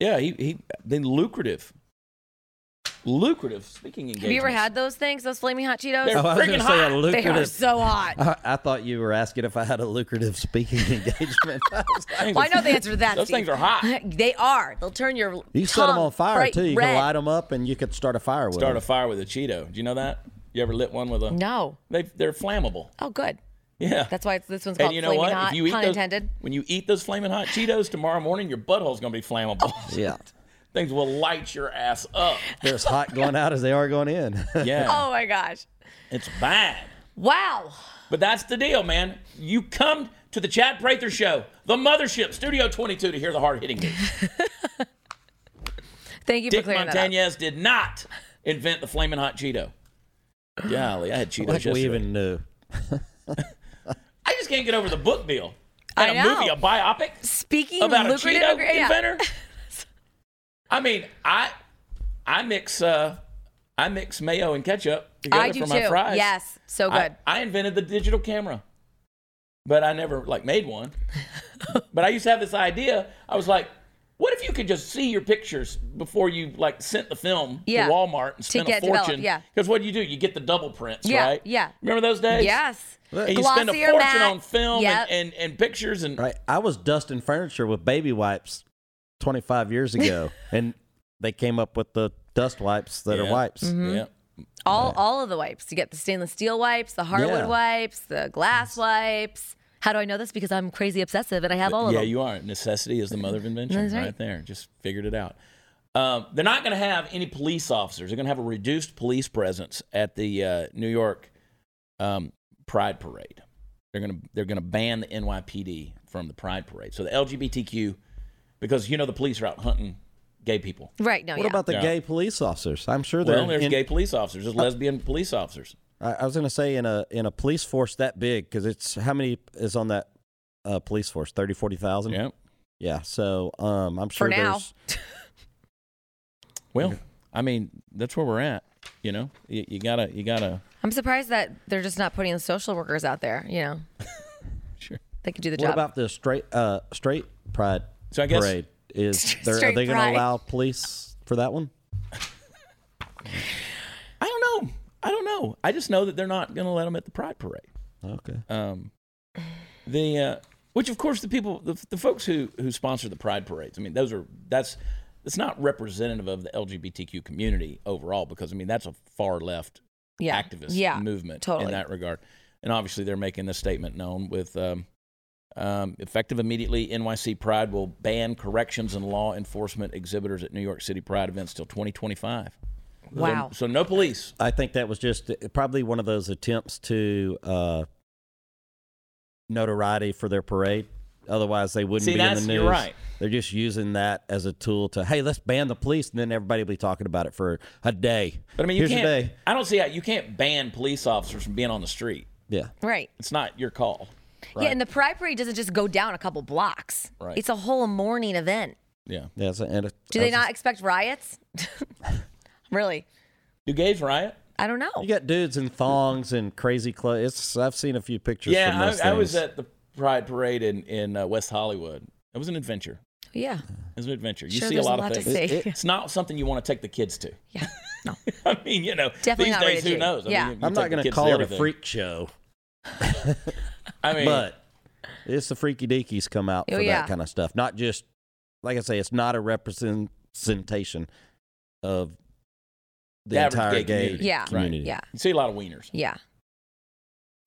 [SPEAKER 1] yeah, he he, the lucrative. lucrative speaking engagements.
[SPEAKER 3] Have you ever had those things, those flaming hot Cheetos?
[SPEAKER 1] They're
[SPEAKER 2] Oh, I was
[SPEAKER 1] freaking
[SPEAKER 2] gonna say
[SPEAKER 1] hot.
[SPEAKER 2] a
[SPEAKER 3] They are
[SPEAKER 2] lucrative.
[SPEAKER 3] so hot.
[SPEAKER 2] I, I thought you were asking if I had a lucrative speaking engagement. I was like,
[SPEAKER 3] Well, I know the answer to that.
[SPEAKER 1] Those
[SPEAKER 3] Steve.
[SPEAKER 1] things are hot.
[SPEAKER 3] They are. They'll turn your
[SPEAKER 2] you set them
[SPEAKER 3] tongue
[SPEAKER 2] on fire
[SPEAKER 3] bright
[SPEAKER 2] too. You
[SPEAKER 3] red.
[SPEAKER 2] can light them up and you could start a fire with
[SPEAKER 1] Start a
[SPEAKER 2] them.
[SPEAKER 1] fire with a Cheeto. Do you know that? You ever lit one with a?
[SPEAKER 3] No.
[SPEAKER 1] They they're flammable.
[SPEAKER 3] Oh, good.
[SPEAKER 1] Yeah.
[SPEAKER 3] That's why it's, this one's
[SPEAKER 1] And
[SPEAKER 3] called
[SPEAKER 1] you know
[SPEAKER 3] flaming
[SPEAKER 1] what?
[SPEAKER 3] hot.
[SPEAKER 1] if you eat
[SPEAKER 3] pun
[SPEAKER 1] those,
[SPEAKER 3] intended.
[SPEAKER 1] When you eat those flaming hot Cheetos tomorrow morning, your butthole's gonna be flammable.
[SPEAKER 3] Oh.
[SPEAKER 2] yeah,
[SPEAKER 1] Things will light your ass up.
[SPEAKER 2] they're as hot going out as they are going in.
[SPEAKER 1] Yeah.
[SPEAKER 3] Oh my gosh!
[SPEAKER 1] It's bad.
[SPEAKER 3] Wow.
[SPEAKER 1] But that's the deal, man. You come to the Chad Prather Show, the Mothership, Studio 22, to hear the hard hitting news.
[SPEAKER 3] Thank you
[SPEAKER 1] Dick
[SPEAKER 3] for clearing that up.
[SPEAKER 1] Montañez did not invent the flaming hot Cheeto. Golly, I had Cheetos
[SPEAKER 2] like
[SPEAKER 1] yesterday.
[SPEAKER 2] we even knew.
[SPEAKER 1] I just can't get over the book deal.
[SPEAKER 3] I
[SPEAKER 1] And a
[SPEAKER 3] know.
[SPEAKER 1] movie, a biopic
[SPEAKER 3] Speaking
[SPEAKER 1] about
[SPEAKER 3] of
[SPEAKER 1] a
[SPEAKER 3] lucrative,
[SPEAKER 1] Cheeto
[SPEAKER 3] agree- yeah.
[SPEAKER 1] inventor. I mean, I I mix uh I mix mayo and ketchup together
[SPEAKER 3] I do
[SPEAKER 1] for
[SPEAKER 3] too.
[SPEAKER 1] my fries.
[SPEAKER 3] Yes, so
[SPEAKER 1] I-
[SPEAKER 3] good.
[SPEAKER 1] I, invented the digital camera, but I never like made one. but I used to have this idea. I was like, what if you could just see your pictures before you like sent the film
[SPEAKER 3] Yeah.
[SPEAKER 1] to Walmart and
[SPEAKER 3] To
[SPEAKER 1] spend
[SPEAKER 3] get
[SPEAKER 1] a
[SPEAKER 3] developed,
[SPEAKER 1] fortune?
[SPEAKER 3] yeah.
[SPEAKER 1] Because what do you do? You get the double prints,
[SPEAKER 3] Yeah,
[SPEAKER 1] right?
[SPEAKER 3] yeah.
[SPEAKER 1] Remember those days?
[SPEAKER 3] Yes.
[SPEAKER 1] And you spend a
[SPEAKER 3] Glossier
[SPEAKER 1] fortune
[SPEAKER 3] matte.
[SPEAKER 1] on film
[SPEAKER 3] Yep.
[SPEAKER 1] and, and, and pictures and
[SPEAKER 2] Right, I was dusting furniture with baby wipes 25 years ago, and they came up with the dust wipes that
[SPEAKER 1] Yeah.
[SPEAKER 2] are wipes.
[SPEAKER 3] Mm-hmm.
[SPEAKER 1] yeah.
[SPEAKER 3] all all of the wipes. You get the stainless steel wipes, the hardwood
[SPEAKER 2] Yeah.
[SPEAKER 3] wipes, the glass wipes. How do I know this? Because I'm crazy obsessive and I have all of
[SPEAKER 1] yeah,
[SPEAKER 3] them.
[SPEAKER 1] you are. Necessity is the mother of invention,
[SPEAKER 3] That's
[SPEAKER 1] right.
[SPEAKER 3] right.
[SPEAKER 1] there. Just figured it out. Um, they're not going to have any police officers. They're going to have a reduced police presence at the uh, New York um, Pride Parade. They're going to they're going to ban the NYPD from the Pride Parade. So the LGBTQ, because you know the police are out hunting gay people.
[SPEAKER 3] right? No.
[SPEAKER 2] What
[SPEAKER 3] Oh, yeah.
[SPEAKER 2] about the
[SPEAKER 1] Yeah.
[SPEAKER 2] gay police officers? I'm sure they're
[SPEAKER 1] Well, there's
[SPEAKER 2] in- Oh.
[SPEAKER 1] gay police officers. There's lesbian police officers.
[SPEAKER 2] I, I was going to say in a in a police force that big because it's how many is on that uh, police force 30, 40,000?
[SPEAKER 1] Yeah.
[SPEAKER 2] Yeah. So um, I'm
[SPEAKER 3] for
[SPEAKER 2] sure
[SPEAKER 3] now?
[SPEAKER 2] there's
[SPEAKER 1] Well, I mean that's where we're at. You know, you, you gotta you gotta
[SPEAKER 3] I'm surprised that they're just not putting the social workers out there. You know,
[SPEAKER 1] sure.
[SPEAKER 3] they could do the
[SPEAKER 2] what
[SPEAKER 3] job.
[SPEAKER 2] about the straight uh, straight pride
[SPEAKER 1] So I guess-
[SPEAKER 2] parade? Is there, are
[SPEAKER 3] Straight
[SPEAKER 2] they going
[SPEAKER 3] pride.
[SPEAKER 2] to allow police for that one?
[SPEAKER 1] I don't know. I don't know. I just know that they're not going to let them at the Pride Parade.
[SPEAKER 2] Okay.
[SPEAKER 1] Um, the uh, which, of course, the people, the, the folks who who sponsor the Pride parades. I mean, those are that's it's not representative of the LGBTQ community overall because I mean that's a far left
[SPEAKER 3] yeah.
[SPEAKER 1] activist
[SPEAKER 3] yeah,
[SPEAKER 1] movement
[SPEAKER 3] Totally.
[SPEAKER 1] in that regard. And obviously, they're making this statement known with um, um, effective immediately. NYC Pride will ban corrections and law enforcement exhibitors at New York City Pride events till 2025. So-
[SPEAKER 3] wow.
[SPEAKER 1] so no police.
[SPEAKER 2] I think that was just uh, probably one of those attempts to uh, notoriety for their parade. Otherwise, they wouldn't
[SPEAKER 1] See,
[SPEAKER 2] be in
[SPEAKER 1] that's-
[SPEAKER 2] the news.
[SPEAKER 1] you're right.
[SPEAKER 2] They're just using that as a tool to, hey, let's ban the police, and then everybody will be talking about it for a day.
[SPEAKER 1] But I mean, you
[SPEAKER 2] Here's your
[SPEAKER 1] can't.
[SPEAKER 2] day.
[SPEAKER 1] I don't see how you can't ban police officers from being on the street.
[SPEAKER 2] Yeah.
[SPEAKER 3] right.
[SPEAKER 1] It's not your call. Right?
[SPEAKER 3] Yeah, and the Pride Parade doesn't just go down a couple blocks.
[SPEAKER 1] Right.
[SPEAKER 3] It's a whole morning event.
[SPEAKER 1] yeah.
[SPEAKER 2] Yeah, so- and it-
[SPEAKER 3] Do
[SPEAKER 2] I
[SPEAKER 3] they
[SPEAKER 2] was just-
[SPEAKER 3] not expect riots? really?
[SPEAKER 1] Do gays riot?
[SPEAKER 3] I don't know.
[SPEAKER 2] you got dudes in thongs and crazy clothes. It's, I've seen a few pictures. from
[SPEAKER 1] yeah,
[SPEAKER 2] those
[SPEAKER 1] I, I was
[SPEAKER 2] things.
[SPEAKER 1] at the Pride Parade in in uh, West Hollywood. It was an adventure.
[SPEAKER 3] yeah.
[SPEAKER 1] It was an adventure. You
[SPEAKER 3] Sure,
[SPEAKER 1] see a
[SPEAKER 3] there's
[SPEAKER 1] lot,
[SPEAKER 3] a lot
[SPEAKER 1] of
[SPEAKER 3] to
[SPEAKER 1] things.
[SPEAKER 3] see. It- it-
[SPEAKER 1] it's not something you want to take the kids to.
[SPEAKER 3] Yeah. No.
[SPEAKER 1] I mean, you know,
[SPEAKER 3] Definitely
[SPEAKER 1] these
[SPEAKER 3] not
[SPEAKER 1] days,
[SPEAKER 3] rated
[SPEAKER 1] who
[SPEAKER 3] G.
[SPEAKER 1] knows? I mean,
[SPEAKER 3] Yeah.
[SPEAKER 1] you- you take
[SPEAKER 2] I'm not
[SPEAKER 1] the
[SPEAKER 2] going to
[SPEAKER 1] kids
[SPEAKER 2] call it a
[SPEAKER 1] everything.
[SPEAKER 2] freak show,
[SPEAKER 1] I mean,
[SPEAKER 2] but it's the freaky deekies come out
[SPEAKER 3] Oh,
[SPEAKER 2] for
[SPEAKER 3] yeah.
[SPEAKER 2] that kind of stuff. Not just like I say, it's not a representation of the,
[SPEAKER 1] The average
[SPEAKER 2] entire
[SPEAKER 1] gay
[SPEAKER 2] gay
[SPEAKER 1] community.
[SPEAKER 3] Yeah.
[SPEAKER 2] community.
[SPEAKER 3] Yeah.
[SPEAKER 1] you see a lot of wieners.
[SPEAKER 3] Yeah.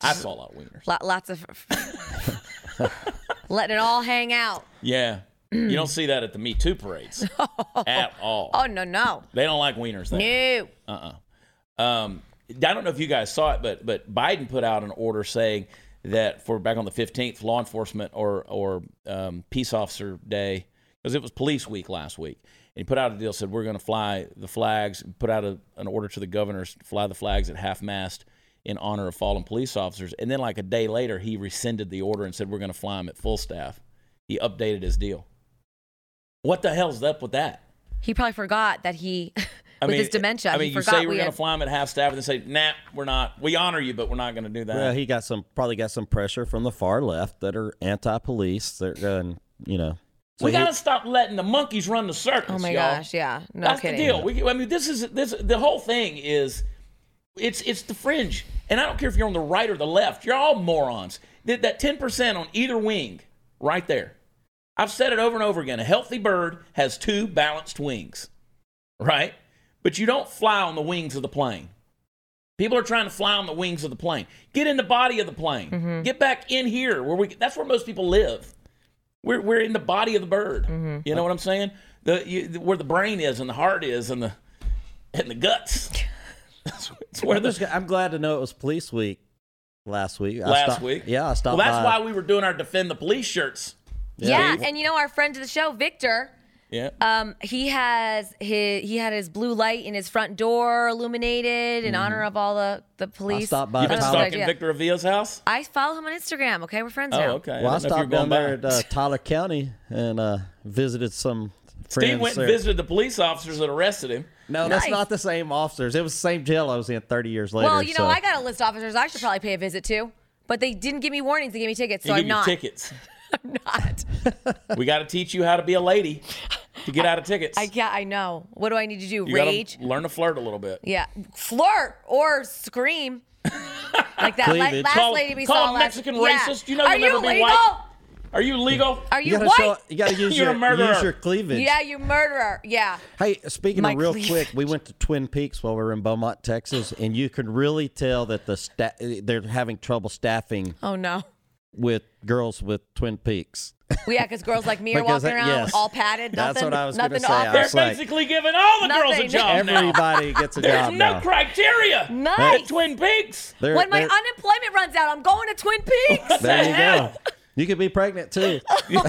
[SPEAKER 1] I saw a lot of wieners.
[SPEAKER 3] Lo- lots of letting it all hang out.
[SPEAKER 1] Yeah. you don't see that at the Me Too parades at all.
[SPEAKER 3] Oh no no
[SPEAKER 1] They don't like wieners. there.
[SPEAKER 3] no.
[SPEAKER 1] Um, I don't know if you guys saw it, but but Biden put out an order saying that for back on the 15th, law enforcement or or um, peace officer day, because it was police week last week, and he put out a deal said we're going to fly the flags, put out a, an order to the governors to fly the flags at half mast in honor of fallen police officers, and then like a day later, he rescinded the order and said we're going to fly them at full staff. He updated his deal. What the hell's up with that?
[SPEAKER 3] He probably forgot that he with
[SPEAKER 1] I mean,
[SPEAKER 3] his dementia.
[SPEAKER 1] I mean,
[SPEAKER 3] he
[SPEAKER 1] you
[SPEAKER 3] forgot
[SPEAKER 1] say we're
[SPEAKER 3] we
[SPEAKER 1] going
[SPEAKER 3] had,
[SPEAKER 1] to fly them at half staff, and they say, "Nah, we're not. We honor you, but we're not going to do that."
[SPEAKER 2] Well, he got some probably got some pressure from the far left that are anti-police. They're going, you know,
[SPEAKER 1] we got to stop letting the monkeys run the circus.
[SPEAKER 3] Oh my
[SPEAKER 1] y'all.
[SPEAKER 3] gosh, yeah. No
[SPEAKER 1] That's
[SPEAKER 3] kidding.
[SPEAKER 1] the deal. We, I mean, this is this. The whole thing is, it's it's the fringe, and I don't care if you're on the right or the left. You're all morons. That that ten percent on either wing, right there. I've said it over and over again. A healthy bird has two balanced wings, right? But you don't fly on the wings of the plane. People are trying to fly on the wings of the plane. Get in the body of the plane.
[SPEAKER 3] Mm-hmm.
[SPEAKER 1] Get back in here where we. That's where most people live. We're we're in the body of the bird.
[SPEAKER 3] Mm-hmm.
[SPEAKER 1] You know what I'm saying? The you, the- where the brain is and the heart is and the and the guts. that's it's where
[SPEAKER 2] I'm,
[SPEAKER 1] the
[SPEAKER 2] just, I'm glad to know it was Police Week last week. I
[SPEAKER 1] last
[SPEAKER 2] stopped-
[SPEAKER 1] week.
[SPEAKER 2] Yeah, I stopped.
[SPEAKER 1] Well, that's
[SPEAKER 2] by.
[SPEAKER 1] why we were doing our defend the police shirts.
[SPEAKER 3] Yeah, and you know our friend of the show, Victor.
[SPEAKER 1] Yeah.
[SPEAKER 3] Um, he has his he had his blue light in his front door illuminated in honor of all the the police.
[SPEAKER 2] stopped by
[SPEAKER 3] I
[SPEAKER 1] Mm-hmm. You've
[SPEAKER 3] don't
[SPEAKER 1] been
[SPEAKER 2] That's
[SPEAKER 3] know
[SPEAKER 2] a
[SPEAKER 3] what
[SPEAKER 2] good
[SPEAKER 1] stalking
[SPEAKER 3] idea.
[SPEAKER 1] Victor Avila's house.
[SPEAKER 3] I follow him on Instagram. Okay, we're friends
[SPEAKER 1] Oh,
[SPEAKER 3] now.
[SPEAKER 1] okay.
[SPEAKER 2] Well, I,
[SPEAKER 1] didn't know if you were going
[SPEAKER 2] stopped down there at
[SPEAKER 1] by.
[SPEAKER 2] uh, Tyler County and uh, visited some friends.
[SPEAKER 1] Steve went and
[SPEAKER 2] there.
[SPEAKER 1] visited the police officers that arrested him.
[SPEAKER 2] No, that's
[SPEAKER 3] Nice.
[SPEAKER 2] not the same officers. It was the same jail I was in 30 years later.
[SPEAKER 3] Well, you know
[SPEAKER 2] so-
[SPEAKER 3] I got a list of officers I should probably pay a visit to, but they didn't give me warnings. They gave me tickets,
[SPEAKER 1] He
[SPEAKER 3] so
[SPEAKER 1] gave
[SPEAKER 3] I'm
[SPEAKER 1] you
[SPEAKER 3] not.
[SPEAKER 1] tickets.
[SPEAKER 3] I'm not.
[SPEAKER 1] we got to teach you how to be a lady to get out of tickets.
[SPEAKER 3] I yeah, I know. What do I need to do?
[SPEAKER 1] you gotta
[SPEAKER 3] Rage.
[SPEAKER 1] learn to flirt a little bit.
[SPEAKER 3] Yeah, flirt or scream. like that la-
[SPEAKER 2] Cleavage.
[SPEAKER 3] last
[SPEAKER 1] Call-
[SPEAKER 3] lady we
[SPEAKER 1] call
[SPEAKER 3] saw
[SPEAKER 1] him
[SPEAKER 3] last.
[SPEAKER 1] Mexican
[SPEAKER 3] yeah.
[SPEAKER 1] racist. You know
[SPEAKER 3] Are
[SPEAKER 1] you'll
[SPEAKER 3] you
[SPEAKER 1] never be
[SPEAKER 3] legal?
[SPEAKER 1] white. Are you legal?
[SPEAKER 3] Are you,
[SPEAKER 2] You gotta,
[SPEAKER 3] white?
[SPEAKER 2] show, you gotta use,
[SPEAKER 1] You're
[SPEAKER 2] your,
[SPEAKER 1] a murderer.
[SPEAKER 2] use your cleavage.
[SPEAKER 3] yeah, you murderer. Yeah.
[SPEAKER 2] Hey, speaking
[SPEAKER 3] My
[SPEAKER 2] of real
[SPEAKER 3] cleavage.
[SPEAKER 2] quick, we went to Twin Peaks while we were in Beaumont, Texas, and you could really tell that the sta- they're having trouble staffing
[SPEAKER 3] Oh no.
[SPEAKER 2] with girls with Twin Peaks.
[SPEAKER 3] Well, yeah, because girls like me are
[SPEAKER 2] Because
[SPEAKER 3] walking
[SPEAKER 2] I-
[SPEAKER 3] around
[SPEAKER 2] yes.
[SPEAKER 3] all padded. Nothing,
[SPEAKER 2] That's what I was gonna
[SPEAKER 3] nothing to
[SPEAKER 2] say. I
[SPEAKER 3] offer.
[SPEAKER 1] They're
[SPEAKER 2] was like-
[SPEAKER 1] basically giving all the girls a
[SPEAKER 3] Nothing.
[SPEAKER 1] job now.
[SPEAKER 2] Everybody gets a
[SPEAKER 1] There's
[SPEAKER 2] job
[SPEAKER 1] no
[SPEAKER 2] now.
[SPEAKER 1] criteria.
[SPEAKER 3] Nice.
[SPEAKER 1] At Twin Peaks.
[SPEAKER 2] They're-
[SPEAKER 3] when my
[SPEAKER 2] they're-
[SPEAKER 3] unemployment runs out, I'm going to Twin Peaks.
[SPEAKER 2] there you
[SPEAKER 1] hell?
[SPEAKER 2] go. You could be pregnant too.
[SPEAKER 3] Shut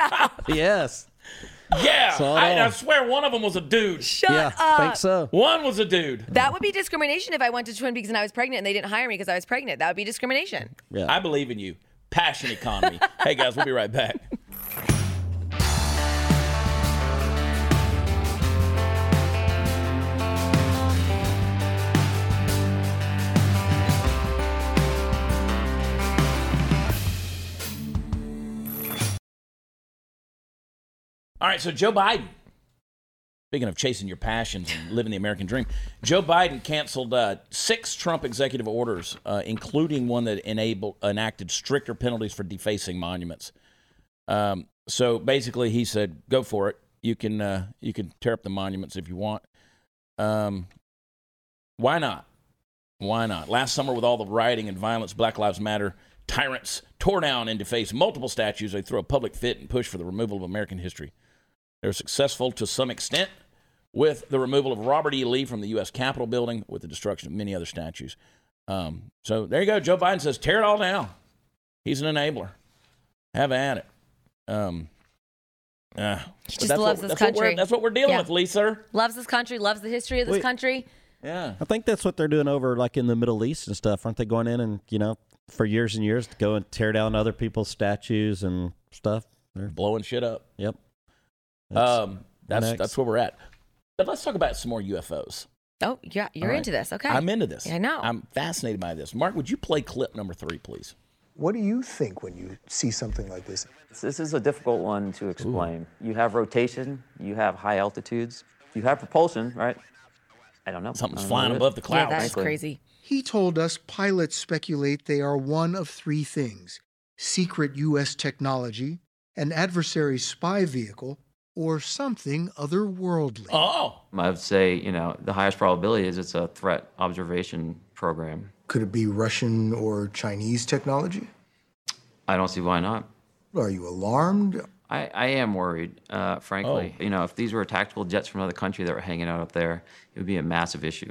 [SPEAKER 3] up.
[SPEAKER 2] yes.
[SPEAKER 1] Yeah.
[SPEAKER 2] So
[SPEAKER 1] I, I
[SPEAKER 2] long.
[SPEAKER 1] swear one of them was a dude.
[SPEAKER 3] Shut
[SPEAKER 2] yeah,
[SPEAKER 3] up.
[SPEAKER 2] think so.
[SPEAKER 1] One was a dude.
[SPEAKER 3] That would be discrimination if I went to Twin Peaks and I was pregnant and they didn't hire me because I was pregnant. That would be discrimination.
[SPEAKER 2] Yeah.
[SPEAKER 1] I believe in you. Passion economy. hey guys, we'll be right back. All right, so Joe Biden. Speaking of chasing your passions and living the American dream, Joe Biden canceled uh, six Trump executive orders, uh, including one that enabled enacted stricter penalties for defacing monuments. Um, so basically, he said, "Go for it. You can uh, you can tear up the monuments if you want. Um, why not? Why not? Last summer, with all the rioting and violence, Black Lives Matter tyrants tore down and defaced multiple statues. They threw a public fit and pushed for the removal of American history. They were successful to some extent with the removal of Robert E. Lee from the U.S. Capitol building, with the destruction of many other statues. Um, so there you go. Joe Biden says, tear it all down. He's an enabler. Have at it. Um, uh,
[SPEAKER 3] He
[SPEAKER 1] but
[SPEAKER 3] just
[SPEAKER 1] that's
[SPEAKER 3] loves
[SPEAKER 1] what,
[SPEAKER 3] this
[SPEAKER 1] that's what we're-
[SPEAKER 3] country.
[SPEAKER 1] that's what we're dealing
[SPEAKER 3] Yeah.
[SPEAKER 1] with, Lee, sir.
[SPEAKER 3] Loves this country, loves the history of this
[SPEAKER 2] Wait.
[SPEAKER 3] country.
[SPEAKER 1] Yeah.
[SPEAKER 2] I think that's what they're doing over like in the Middle East and stuff. Aren't they going in and, you know, for years and years to go and tear down other people's statues and stuff? They're-
[SPEAKER 1] Blowing shit up.
[SPEAKER 2] yep. That's-
[SPEAKER 1] Um, that's
[SPEAKER 2] next.
[SPEAKER 1] that's where we're at. But let's talk about some more UFOs.
[SPEAKER 3] Oh, yeah, you're
[SPEAKER 1] All right.
[SPEAKER 3] into this. Okay.
[SPEAKER 1] I'm into this.
[SPEAKER 3] Yeah, I know.
[SPEAKER 1] I'm fascinated by this. Mark, would you play clip number three, please?
[SPEAKER 6] What do you think when you see something like this?
[SPEAKER 8] This is a difficult one to explain. You have rotation, you have high altitudes, you have propulsion, right? I don't know.
[SPEAKER 1] Something's
[SPEAKER 8] I don't know
[SPEAKER 1] flying
[SPEAKER 8] what it
[SPEAKER 1] above the
[SPEAKER 8] is.
[SPEAKER 3] yeah,
[SPEAKER 1] clouds.
[SPEAKER 3] that's
[SPEAKER 8] Frankly.
[SPEAKER 3] crazy.
[SPEAKER 4] He told us pilots speculate they are one of three things secret U.S. technology, an adversary spy vehicle, or something otherworldly.
[SPEAKER 1] Oh,
[SPEAKER 8] I would say, you know, the highest probability is it's a threat observation program.
[SPEAKER 6] Could it be Russian or Chinese technology?
[SPEAKER 8] I don't see why not.
[SPEAKER 6] Are you alarmed?
[SPEAKER 8] I, I am worried, uh, frankly. You know, if these were tactical jets from another country that were hanging out up there, it would be a massive issue.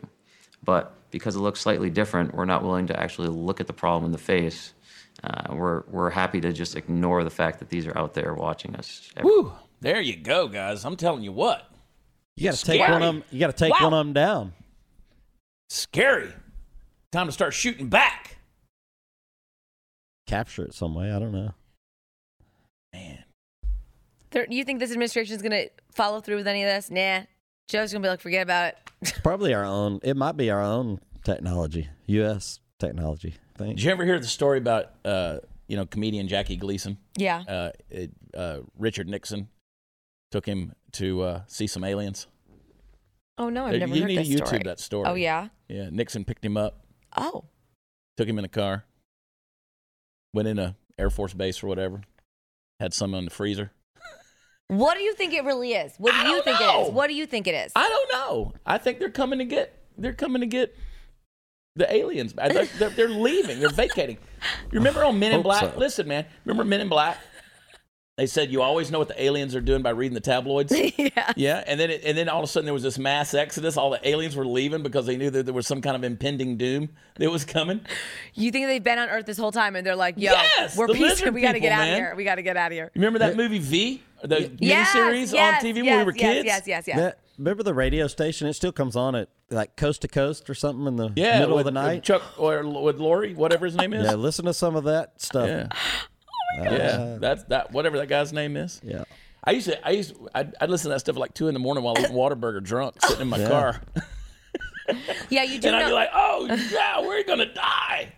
[SPEAKER 8] But because it looks slightly different, we're not willing to actually look at the problem in the face. Uh, we're, we're happy to just ignore the fact that these are out there watching us. every-
[SPEAKER 1] whew. there you go, guys. I'm telling you what,
[SPEAKER 2] you got to take
[SPEAKER 1] Scary.
[SPEAKER 2] one of them. You got to take
[SPEAKER 1] Wow.
[SPEAKER 2] one of them down.
[SPEAKER 1] scary. Time to start shooting back,
[SPEAKER 2] Capture it some way. I don't know.
[SPEAKER 1] man.
[SPEAKER 3] There, you think this administration is going to follow through with any of this? Nah. Joe's going to be like, forget about it.
[SPEAKER 2] It's probably our own. It might be our own technology, U.S. technology. I think.
[SPEAKER 1] Did you ever hear the story about uh, you know, comedian Jackie Gleason.
[SPEAKER 3] Yeah.
[SPEAKER 1] Uh, it, uh, Richard Nixon took him to uh, see some aliens.
[SPEAKER 3] Oh no, I've never
[SPEAKER 1] Uh, you
[SPEAKER 3] heard
[SPEAKER 1] need
[SPEAKER 3] this
[SPEAKER 1] to YouTube
[SPEAKER 3] story.
[SPEAKER 1] that story.
[SPEAKER 3] Oh yeah.
[SPEAKER 1] Yeah, Nixon picked him up,
[SPEAKER 3] Oh.
[SPEAKER 1] took him in a car, went in a Air Force base or whatever, had some in the freezer.
[SPEAKER 3] What do you think it really is? What do
[SPEAKER 1] I
[SPEAKER 3] you
[SPEAKER 1] don't
[SPEAKER 3] think it
[SPEAKER 1] know.
[SPEAKER 3] is? What do you think it is?
[SPEAKER 1] I don't know. I think they're coming to get. They're coming to get the aliens. They're, they're, they're leaving. They're vacating. You remember on Men in
[SPEAKER 2] Hope
[SPEAKER 1] Black?
[SPEAKER 2] so.
[SPEAKER 1] Listen, man. Remember Men in Black? They said you always know what the aliens are doing by reading the tabloids.
[SPEAKER 3] yeah.
[SPEAKER 1] Yeah, and then it, and then all of a sudden there was this mass exodus. All the aliens were leaving because they knew that there was some kind of impending doom that was coming.
[SPEAKER 3] You think they've been on Earth this whole time and they're like, yo,
[SPEAKER 1] Yes,
[SPEAKER 3] we're
[SPEAKER 1] the
[SPEAKER 3] peace.
[SPEAKER 1] lizard
[SPEAKER 3] We gotta get
[SPEAKER 1] people,
[SPEAKER 3] out of
[SPEAKER 1] man.
[SPEAKER 3] here. We gotta get out of here.
[SPEAKER 1] Remember that movie V, the
[SPEAKER 3] Yes,
[SPEAKER 1] miniseries
[SPEAKER 3] yes,
[SPEAKER 1] on TV
[SPEAKER 3] yes,
[SPEAKER 1] when we were
[SPEAKER 3] yes,
[SPEAKER 1] kids?
[SPEAKER 3] Yes, yes, yes.
[SPEAKER 2] That- remember the radio station? It still comes on at like coast to coast or something in the
[SPEAKER 1] Yeah,
[SPEAKER 2] middle
[SPEAKER 1] with,
[SPEAKER 2] of the night.
[SPEAKER 1] Chuck or with Lori, whatever his name is.
[SPEAKER 2] yeah, listen to some of that stuff.
[SPEAKER 1] Yeah. yeah. That's that whatever that guy's name is.
[SPEAKER 2] Yeah.
[SPEAKER 1] I used to I used I'd, I'd listen to that stuff at like two in the morning while eating Waterburger drunk, sitting in my car.
[SPEAKER 3] Yeah, you do
[SPEAKER 1] And I'd
[SPEAKER 3] know
[SPEAKER 1] be like, Oh yeah, we're gonna die.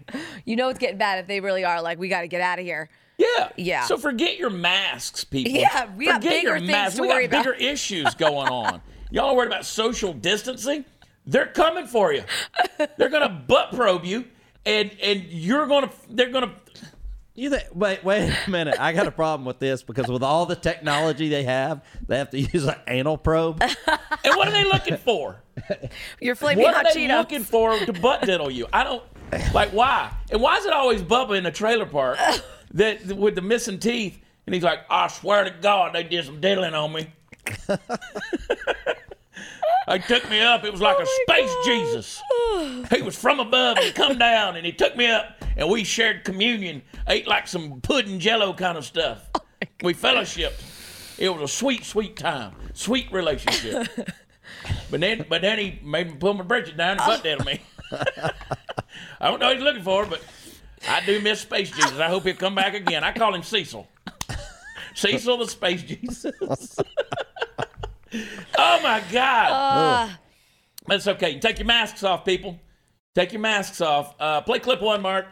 [SPEAKER 3] you know it's getting bad if they really are like, we gotta get out of here.
[SPEAKER 1] Yeah.
[SPEAKER 3] Yeah.
[SPEAKER 1] So forget your masks, people.
[SPEAKER 3] Yeah, we got
[SPEAKER 1] forget
[SPEAKER 3] bigger
[SPEAKER 1] your
[SPEAKER 3] things
[SPEAKER 1] masks.
[SPEAKER 3] to
[SPEAKER 1] we got
[SPEAKER 3] worry about.
[SPEAKER 1] bigger issues going on. Y'all are worried about social distancing? They're coming for you. They're gonna butt probe you and and you're gonna they're gonna
[SPEAKER 2] You think, wait, wait a minute. I got a problem with this because with all the technology they have, they have to use an anal probe.
[SPEAKER 1] and what are they looking for?
[SPEAKER 3] You're flaming
[SPEAKER 1] What
[SPEAKER 3] hot
[SPEAKER 1] are they
[SPEAKER 3] Cheetos.
[SPEAKER 1] looking for to butt diddle you? I don't like why. And why is it always Bubba in the trailer park that with the missing teeth? And he's like, I swear to God, they did some diddling on me. they took me up. It was
[SPEAKER 3] Oh
[SPEAKER 1] like a space Jesus. He was from above and he come down and he took me up and we shared communion. Ate like some pudding jello kind of stuff.
[SPEAKER 3] Oh
[SPEAKER 1] we fellowshiped. It was a sweet, sweet time. Sweet relationship. But then, but then he made me pull my britches down and butt down me. I don't know what he's looking for, but I do miss Space Jesus. I hope he'll come back again. I call him Cecil. Cecil the Space Jesus. oh my God. That's okay. Take your masks off, people. Take your masks off. Uh, play clip one, Mark.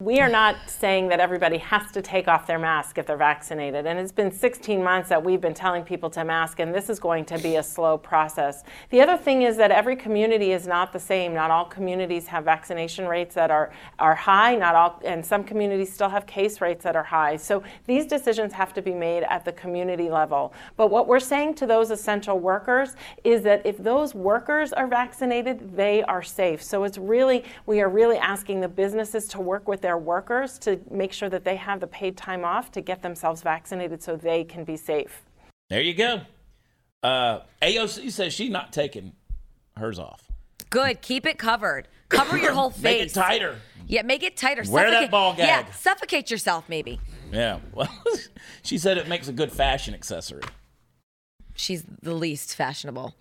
[SPEAKER 9] We are not saying that everybody has to take off their mask if they're vaccinated. And it's been 16 months that we've been telling people to mask, and this is going to be a slow process. The other thing is that every community is not the same. Not all communities have vaccination rates that are, are high, not all, and some communities still have case rates that are high. So these decisions have to be made at the community level. But what we're saying to those essential workers is that if those workers are vaccinated, they are safe. So it's really, we are really asking the businesses to work with their workers to make sure that they have the paid time off to get themselves vaccinated so they can be safe.
[SPEAKER 1] There you go. Uh, AOC says she's not taking hers off.
[SPEAKER 3] Good. Keep it covered. Cover your whole face.
[SPEAKER 1] Make it tighter.
[SPEAKER 3] Yeah, make it tighter.
[SPEAKER 1] Wear that
[SPEAKER 3] Suffocate-
[SPEAKER 1] ball gag.
[SPEAKER 3] Yeah, suffocate yourself maybe.
[SPEAKER 1] Yeah. Well, she said it makes a good fashion accessory.
[SPEAKER 3] She's the least fashionable.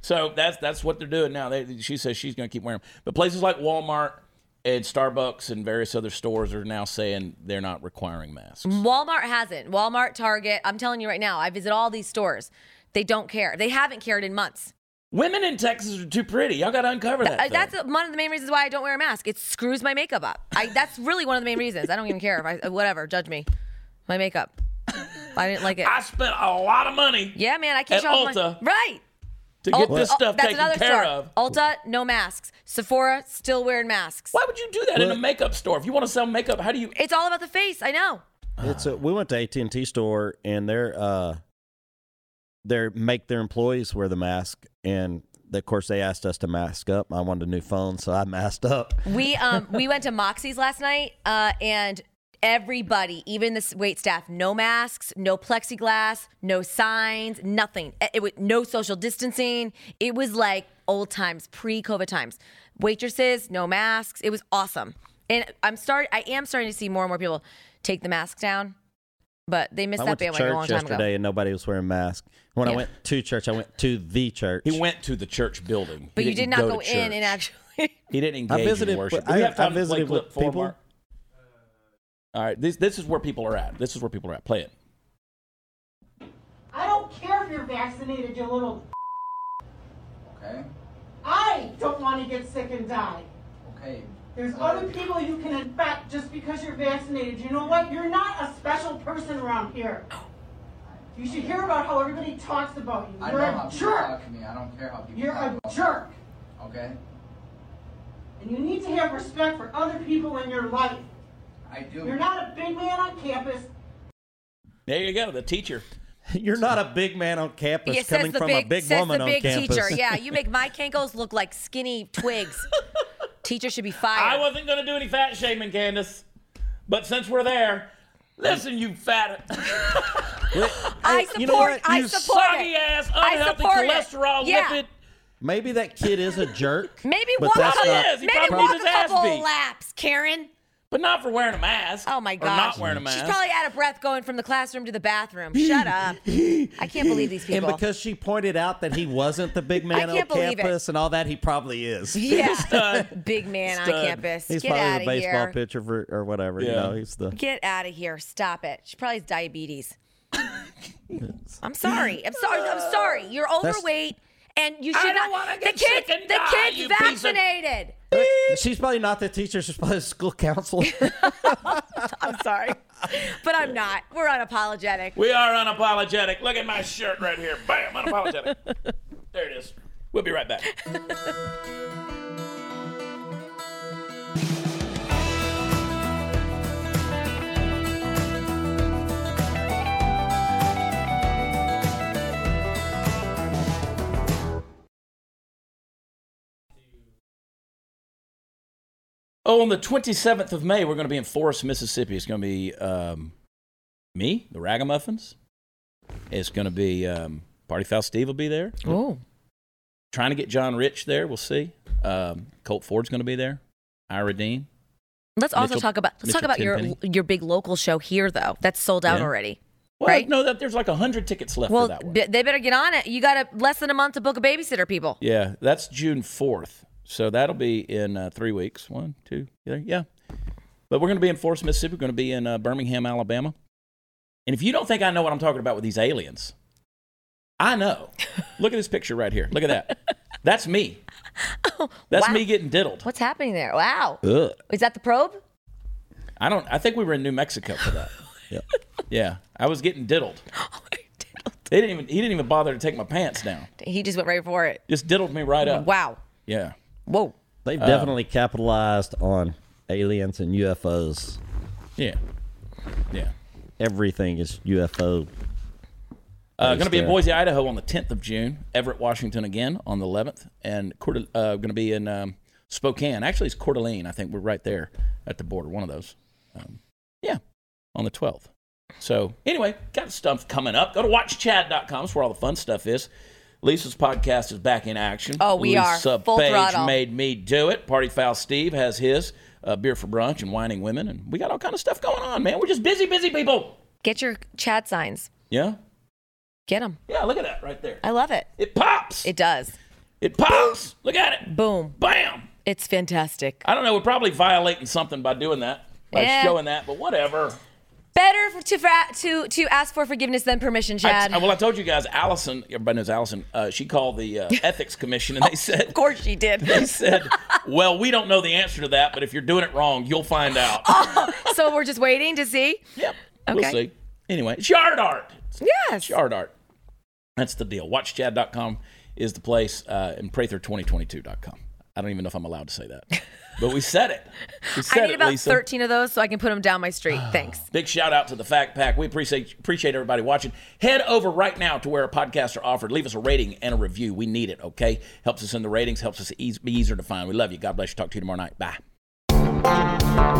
[SPEAKER 1] So that's that's what they're doing now. They, she says she's going to keep wearing them. But places like Walmart and Starbucks and various other stores are now saying they're not requiring masks.
[SPEAKER 3] Walmart hasn't. Walmart, Target. I'm telling you right now, I visit all these stores. They don't care. They haven't cared in months.
[SPEAKER 1] Women in Texas are too pretty. Y'all got to uncover that.
[SPEAKER 3] Uh,
[SPEAKER 1] thing.
[SPEAKER 3] That's one of the main reasons why I don't wear a mask. It screws my makeup up. I, that's really one of the main reasons. I don't even care if I, uh, whatever, judge me. My makeup. I didn't like it.
[SPEAKER 1] I spent a lot of money
[SPEAKER 3] yeah, man, I can't
[SPEAKER 1] At
[SPEAKER 3] show off my.
[SPEAKER 1] Ulta.
[SPEAKER 3] Right.
[SPEAKER 1] to get
[SPEAKER 3] Ulta-
[SPEAKER 1] this
[SPEAKER 3] oh,
[SPEAKER 1] stuff
[SPEAKER 3] that's
[SPEAKER 1] taken
[SPEAKER 3] another
[SPEAKER 1] care
[SPEAKER 3] store.
[SPEAKER 1] of.
[SPEAKER 3] Ulta, no masks. Sephora, still wearing masks.
[SPEAKER 1] Why would you do that in a makeup store? If you want to sell makeup, how do you?
[SPEAKER 3] It's all about the face. I know.
[SPEAKER 2] It's a, we went to AT and T store and they're uh, they make their employees wear the mask and of course they asked us to mask up. I wanted a new phone, so I masked up.
[SPEAKER 3] We um we went to Moxie's last night, uh, and everybody, even the s- wait staff, no masks, no plexiglass, no signs, nothing. E, It, it was no social distancing. It was like old times, pre-COVID times. Waitresses, no masks. It was awesome. And I'm start I am starting to see more and more people take the mask down, but they missed
[SPEAKER 2] I went
[SPEAKER 3] that
[SPEAKER 2] to
[SPEAKER 3] bandwagon a long
[SPEAKER 2] church
[SPEAKER 3] time
[SPEAKER 2] yesterday
[SPEAKER 3] ago.
[SPEAKER 2] and nobody was wearing masks. When
[SPEAKER 3] Yeah.
[SPEAKER 2] I went to church, I went to the church.
[SPEAKER 1] He went to the church building,
[SPEAKER 3] But
[SPEAKER 1] He
[SPEAKER 3] you did
[SPEAKER 1] didn't
[SPEAKER 3] not go,
[SPEAKER 1] to
[SPEAKER 3] in
[SPEAKER 1] church.
[SPEAKER 3] and actually.
[SPEAKER 1] He didn't engage
[SPEAKER 2] I visited
[SPEAKER 1] in worship.
[SPEAKER 2] with-
[SPEAKER 1] Do
[SPEAKER 2] I-
[SPEAKER 1] we have time
[SPEAKER 2] I
[SPEAKER 1] to play
[SPEAKER 2] visited
[SPEAKER 1] clip
[SPEAKER 2] with
[SPEAKER 1] four,
[SPEAKER 2] people.
[SPEAKER 1] Mark? All right, this this is where people are at. This is where people are at. Play it.
[SPEAKER 10] I don't care if you're vaccinated, you little. Okay. I don't want to get sick and die. Okay. There's other people you can infect just because you're vaccinated. You know what? You're not a special person around here. You should hear about how everybody talks about you.
[SPEAKER 11] I
[SPEAKER 10] You're
[SPEAKER 11] know how
[SPEAKER 10] a
[SPEAKER 11] people
[SPEAKER 10] jerk.
[SPEAKER 11] talk to me. I don't care how people
[SPEAKER 10] You're
[SPEAKER 11] talk
[SPEAKER 10] a
[SPEAKER 11] about me,
[SPEAKER 10] jerk.
[SPEAKER 11] Okay?
[SPEAKER 10] And you need to have respect for other people in your life.
[SPEAKER 11] I do.
[SPEAKER 10] You're not a big man on campus.
[SPEAKER 1] There you go, the teacher.
[SPEAKER 2] You're not a big man on campus
[SPEAKER 3] Yeah,
[SPEAKER 2] coming from a big
[SPEAKER 3] says
[SPEAKER 2] woman
[SPEAKER 3] the
[SPEAKER 2] on
[SPEAKER 3] big
[SPEAKER 2] campus.
[SPEAKER 3] teacher. Yeah, you make my cankles look like skinny twigs. teacher should be fired.
[SPEAKER 1] I wasn't going to do any fat shaming, Candace, but since we're there, listen, you fat,
[SPEAKER 3] I
[SPEAKER 2] Hey,
[SPEAKER 3] support.
[SPEAKER 2] you know what?
[SPEAKER 3] I
[SPEAKER 2] You
[SPEAKER 3] support
[SPEAKER 1] soggy
[SPEAKER 3] it.
[SPEAKER 1] ass,
[SPEAKER 3] I
[SPEAKER 1] unhealthy
[SPEAKER 3] support it.
[SPEAKER 1] cholesterol
[SPEAKER 3] Yeah.
[SPEAKER 1] lipid.
[SPEAKER 2] Maybe that kid is a jerk.
[SPEAKER 3] Maybe
[SPEAKER 2] but
[SPEAKER 3] walk a
[SPEAKER 2] that's
[SPEAKER 3] couple,
[SPEAKER 2] not-
[SPEAKER 1] is. He
[SPEAKER 3] maybe
[SPEAKER 1] probably
[SPEAKER 3] walk
[SPEAKER 1] needs
[SPEAKER 3] a
[SPEAKER 1] his ass
[SPEAKER 3] couple
[SPEAKER 1] beat.
[SPEAKER 3] laps, Karen.
[SPEAKER 1] But not for wearing a mask.
[SPEAKER 3] Oh my
[SPEAKER 1] or
[SPEAKER 3] gosh.
[SPEAKER 1] not wearing a mask.
[SPEAKER 3] She's probably out of breath going from the classroom to the bathroom. Shut up. I can't believe these
[SPEAKER 2] And
[SPEAKER 3] people.
[SPEAKER 2] because she pointed out that he wasn't the big man on
[SPEAKER 3] can't believe it.
[SPEAKER 2] campus and all that, he probably is.
[SPEAKER 3] yeah. Big man on campus.
[SPEAKER 2] He's
[SPEAKER 3] Get out
[SPEAKER 2] probably
[SPEAKER 3] of
[SPEAKER 2] the baseball
[SPEAKER 3] here.
[SPEAKER 2] pitcher for, or whatever. You
[SPEAKER 1] Yeah.
[SPEAKER 2] know, he's the.
[SPEAKER 3] Get out of here. Stop it. She probably has diabetes. I'm sorry. I'm sorry. I'm sorry. You're overweight and you should
[SPEAKER 1] I don't
[SPEAKER 3] not
[SPEAKER 1] wanna
[SPEAKER 3] the
[SPEAKER 1] get
[SPEAKER 3] kids
[SPEAKER 1] sick and
[SPEAKER 3] the
[SPEAKER 1] die,
[SPEAKER 3] kids
[SPEAKER 1] you piece of-
[SPEAKER 3] vaccinated.
[SPEAKER 2] She's probably not the teacher. She's probably the school counselor.
[SPEAKER 3] I'm sorry. But I'm not. We're unapologetic.
[SPEAKER 1] We are unapologetic. Look at my shirt right here. Bam, unapologetic. there it is. We'll be right back. Oh, on the 27th of May, we're going to be in Forest, Mississippi. It's going to be um, me, the Ragamuffins. It's going to be um, Party Foul Steve will be there.
[SPEAKER 3] Oh.
[SPEAKER 1] Trying to get John Rich there. We'll see. Um, Colt Ford's going to be there. Ira Dean.
[SPEAKER 3] Let's also
[SPEAKER 1] Mitchell-
[SPEAKER 3] talk about let's talk
[SPEAKER 1] Mitchell
[SPEAKER 3] about your
[SPEAKER 1] Tenpenny.
[SPEAKER 3] your big local show here though. That's sold out
[SPEAKER 1] Yeah.
[SPEAKER 3] already.
[SPEAKER 1] Well,
[SPEAKER 3] Right.
[SPEAKER 1] no, that there's like hundred tickets left
[SPEAKER 3] Well,
[SPEAKER 1] for that one.
[SPEAKER 3] b- they better get on it. You got a, less than a month to book a babysitter, people.
[SPEAKER 1] yeah, that's June 4th. So that'll be in uh, three weeks. One, two, three. Yeah. But we're going to be in Forest, Mississippi. We're going to be in uh, Birmingham, Alabama. And if you don't think I know what I'm talking about with these aliens, I know. Look at this picture right here. Look at that. That's me. That's
[SPEAKER 3] Oh, wow.
[SPEAKER 1] me getting diddled.
[SPEAKER 3] What's happening there? Wow.
[SPEAKER 2] Ugh.
[SPEAKER 3] Is that the probe?
[SPEAKER 1] I don't. I think we were in New Mexico for that.
[SPEAKER 2] Yep.
[SPEAKER 1] Yeah, I was getting diddled. They didn't even. He didn't even bother to take my pants down.
[SPEAKER 3] He just went right for it.
[SPEAKER 1] Just diddled me right up.
[SPEAKER 3] Wow.
[SPEAKER 1] Yeah.
[SPEAKER 3] Whoa.
[SPEAKER 2] They've definitely capitalized on aliens and UFOs.
[SPEAKER 1] Yeah. Yeah.
[SPEAKER 2] Everything is UFO.
[SPEAKER 1] Uh,
[SPEAKER 2] Nice
[SPEAKER 1] going to be in
[SPEAKER 2] there.
[SPEAKER 1] Boise, Idaho on the 10th of June. Everett, Washington again on the 11th, and Coeur d- uh, going to be in um, Spokane. Actually, it's Coeur d'Alene. I think we're right there at the border. One of those. Um, yeah, on the 12th. So anyway, got stuff coming up. Go to watchchad.com. It's where all the fun stuff is. Lisa's podcast is back in action.
[SPEAKER 3] Oh, we are.
[SPEAKER 1] Lisa
[SPEAKER 3] Full
[SPEAKER 1] Page
[SPEAKER 3] throttle.
[SPEAKER 1] made me do it. Party foul Steve has his uh, beer for brunch and whining women, and we got all kind of stuff going on, man. We're just busy, busy people.
[SPEAKER 3] Get your Chad signs.
[SPEAKER 1] Yeah,
[SPEAKER 3] Get them.
[SPEAKER 1] yeah. Look at that right there.
[SPEAKER 3] I love it.
[SPEAKER 1] It pops.
[SPEAKER 3] It does.
[SPEAKER 1] It pops. Look at it.
[SPEAKER 3] Boom.
[SPEAKER 1] Bam.
[SPEAKER 3] It's fantastic.
[SPEAKER 1] I don't know. We're probably violating something by doing that, by
[SPEAKER 3] Yeah.
[SPEAKER 1] showing that, but whatever.
[SPEAKER 3] Better for- to fra- to to ask for forgiveness than permission,
[SPEAKER 1] I,
[SPEAKER 3] Chad.
[SPEAKER 1] I- well, I told you guys, Allison, everybody knows Allison, uh, she called the uh, ethics commission and they
[SPEAKER 3] of
[SPEAKER 1] said,
[SPEAKER 3] course she did.
[SPEAKER 1] they said, well, we don't know the answer to that, but if you're doing it wrong, you'll find out.
[SPEAKER 3] so we're just waiting to see.
[SPEAKER 1] yep. We'll
[SPEAKER 3] Oh. Okay.
[SPEAKER 1] see. Anyway, it's yard art. It's
[SPEAKER 3] Yes.
[SPEAKER 1] yard art. That's the deal. WatchChad.com is the place uh, and Prather2022.com. I don't even know if I'm allowed to say that, but we said it. We said
[SPEAKER 3] I need
[SPEAKER 1] it,
[SPEAKER 3] about
[SPEAKER 1] Lisa.
[SPEAKER 3] 13 of those so I can put them down my street. Thanks.
[SPEAKER 1] Big shout out to the Fact Pack. We appreciate appreciate everybody watching. Head over right now to where our podcasts are offered. Leave us a rating and a review. We need it. Okay, e-, helps us in the ratings. Helps us eas- be easier to find. We love you. God bless you. Talk to you tomorrow night. Bye.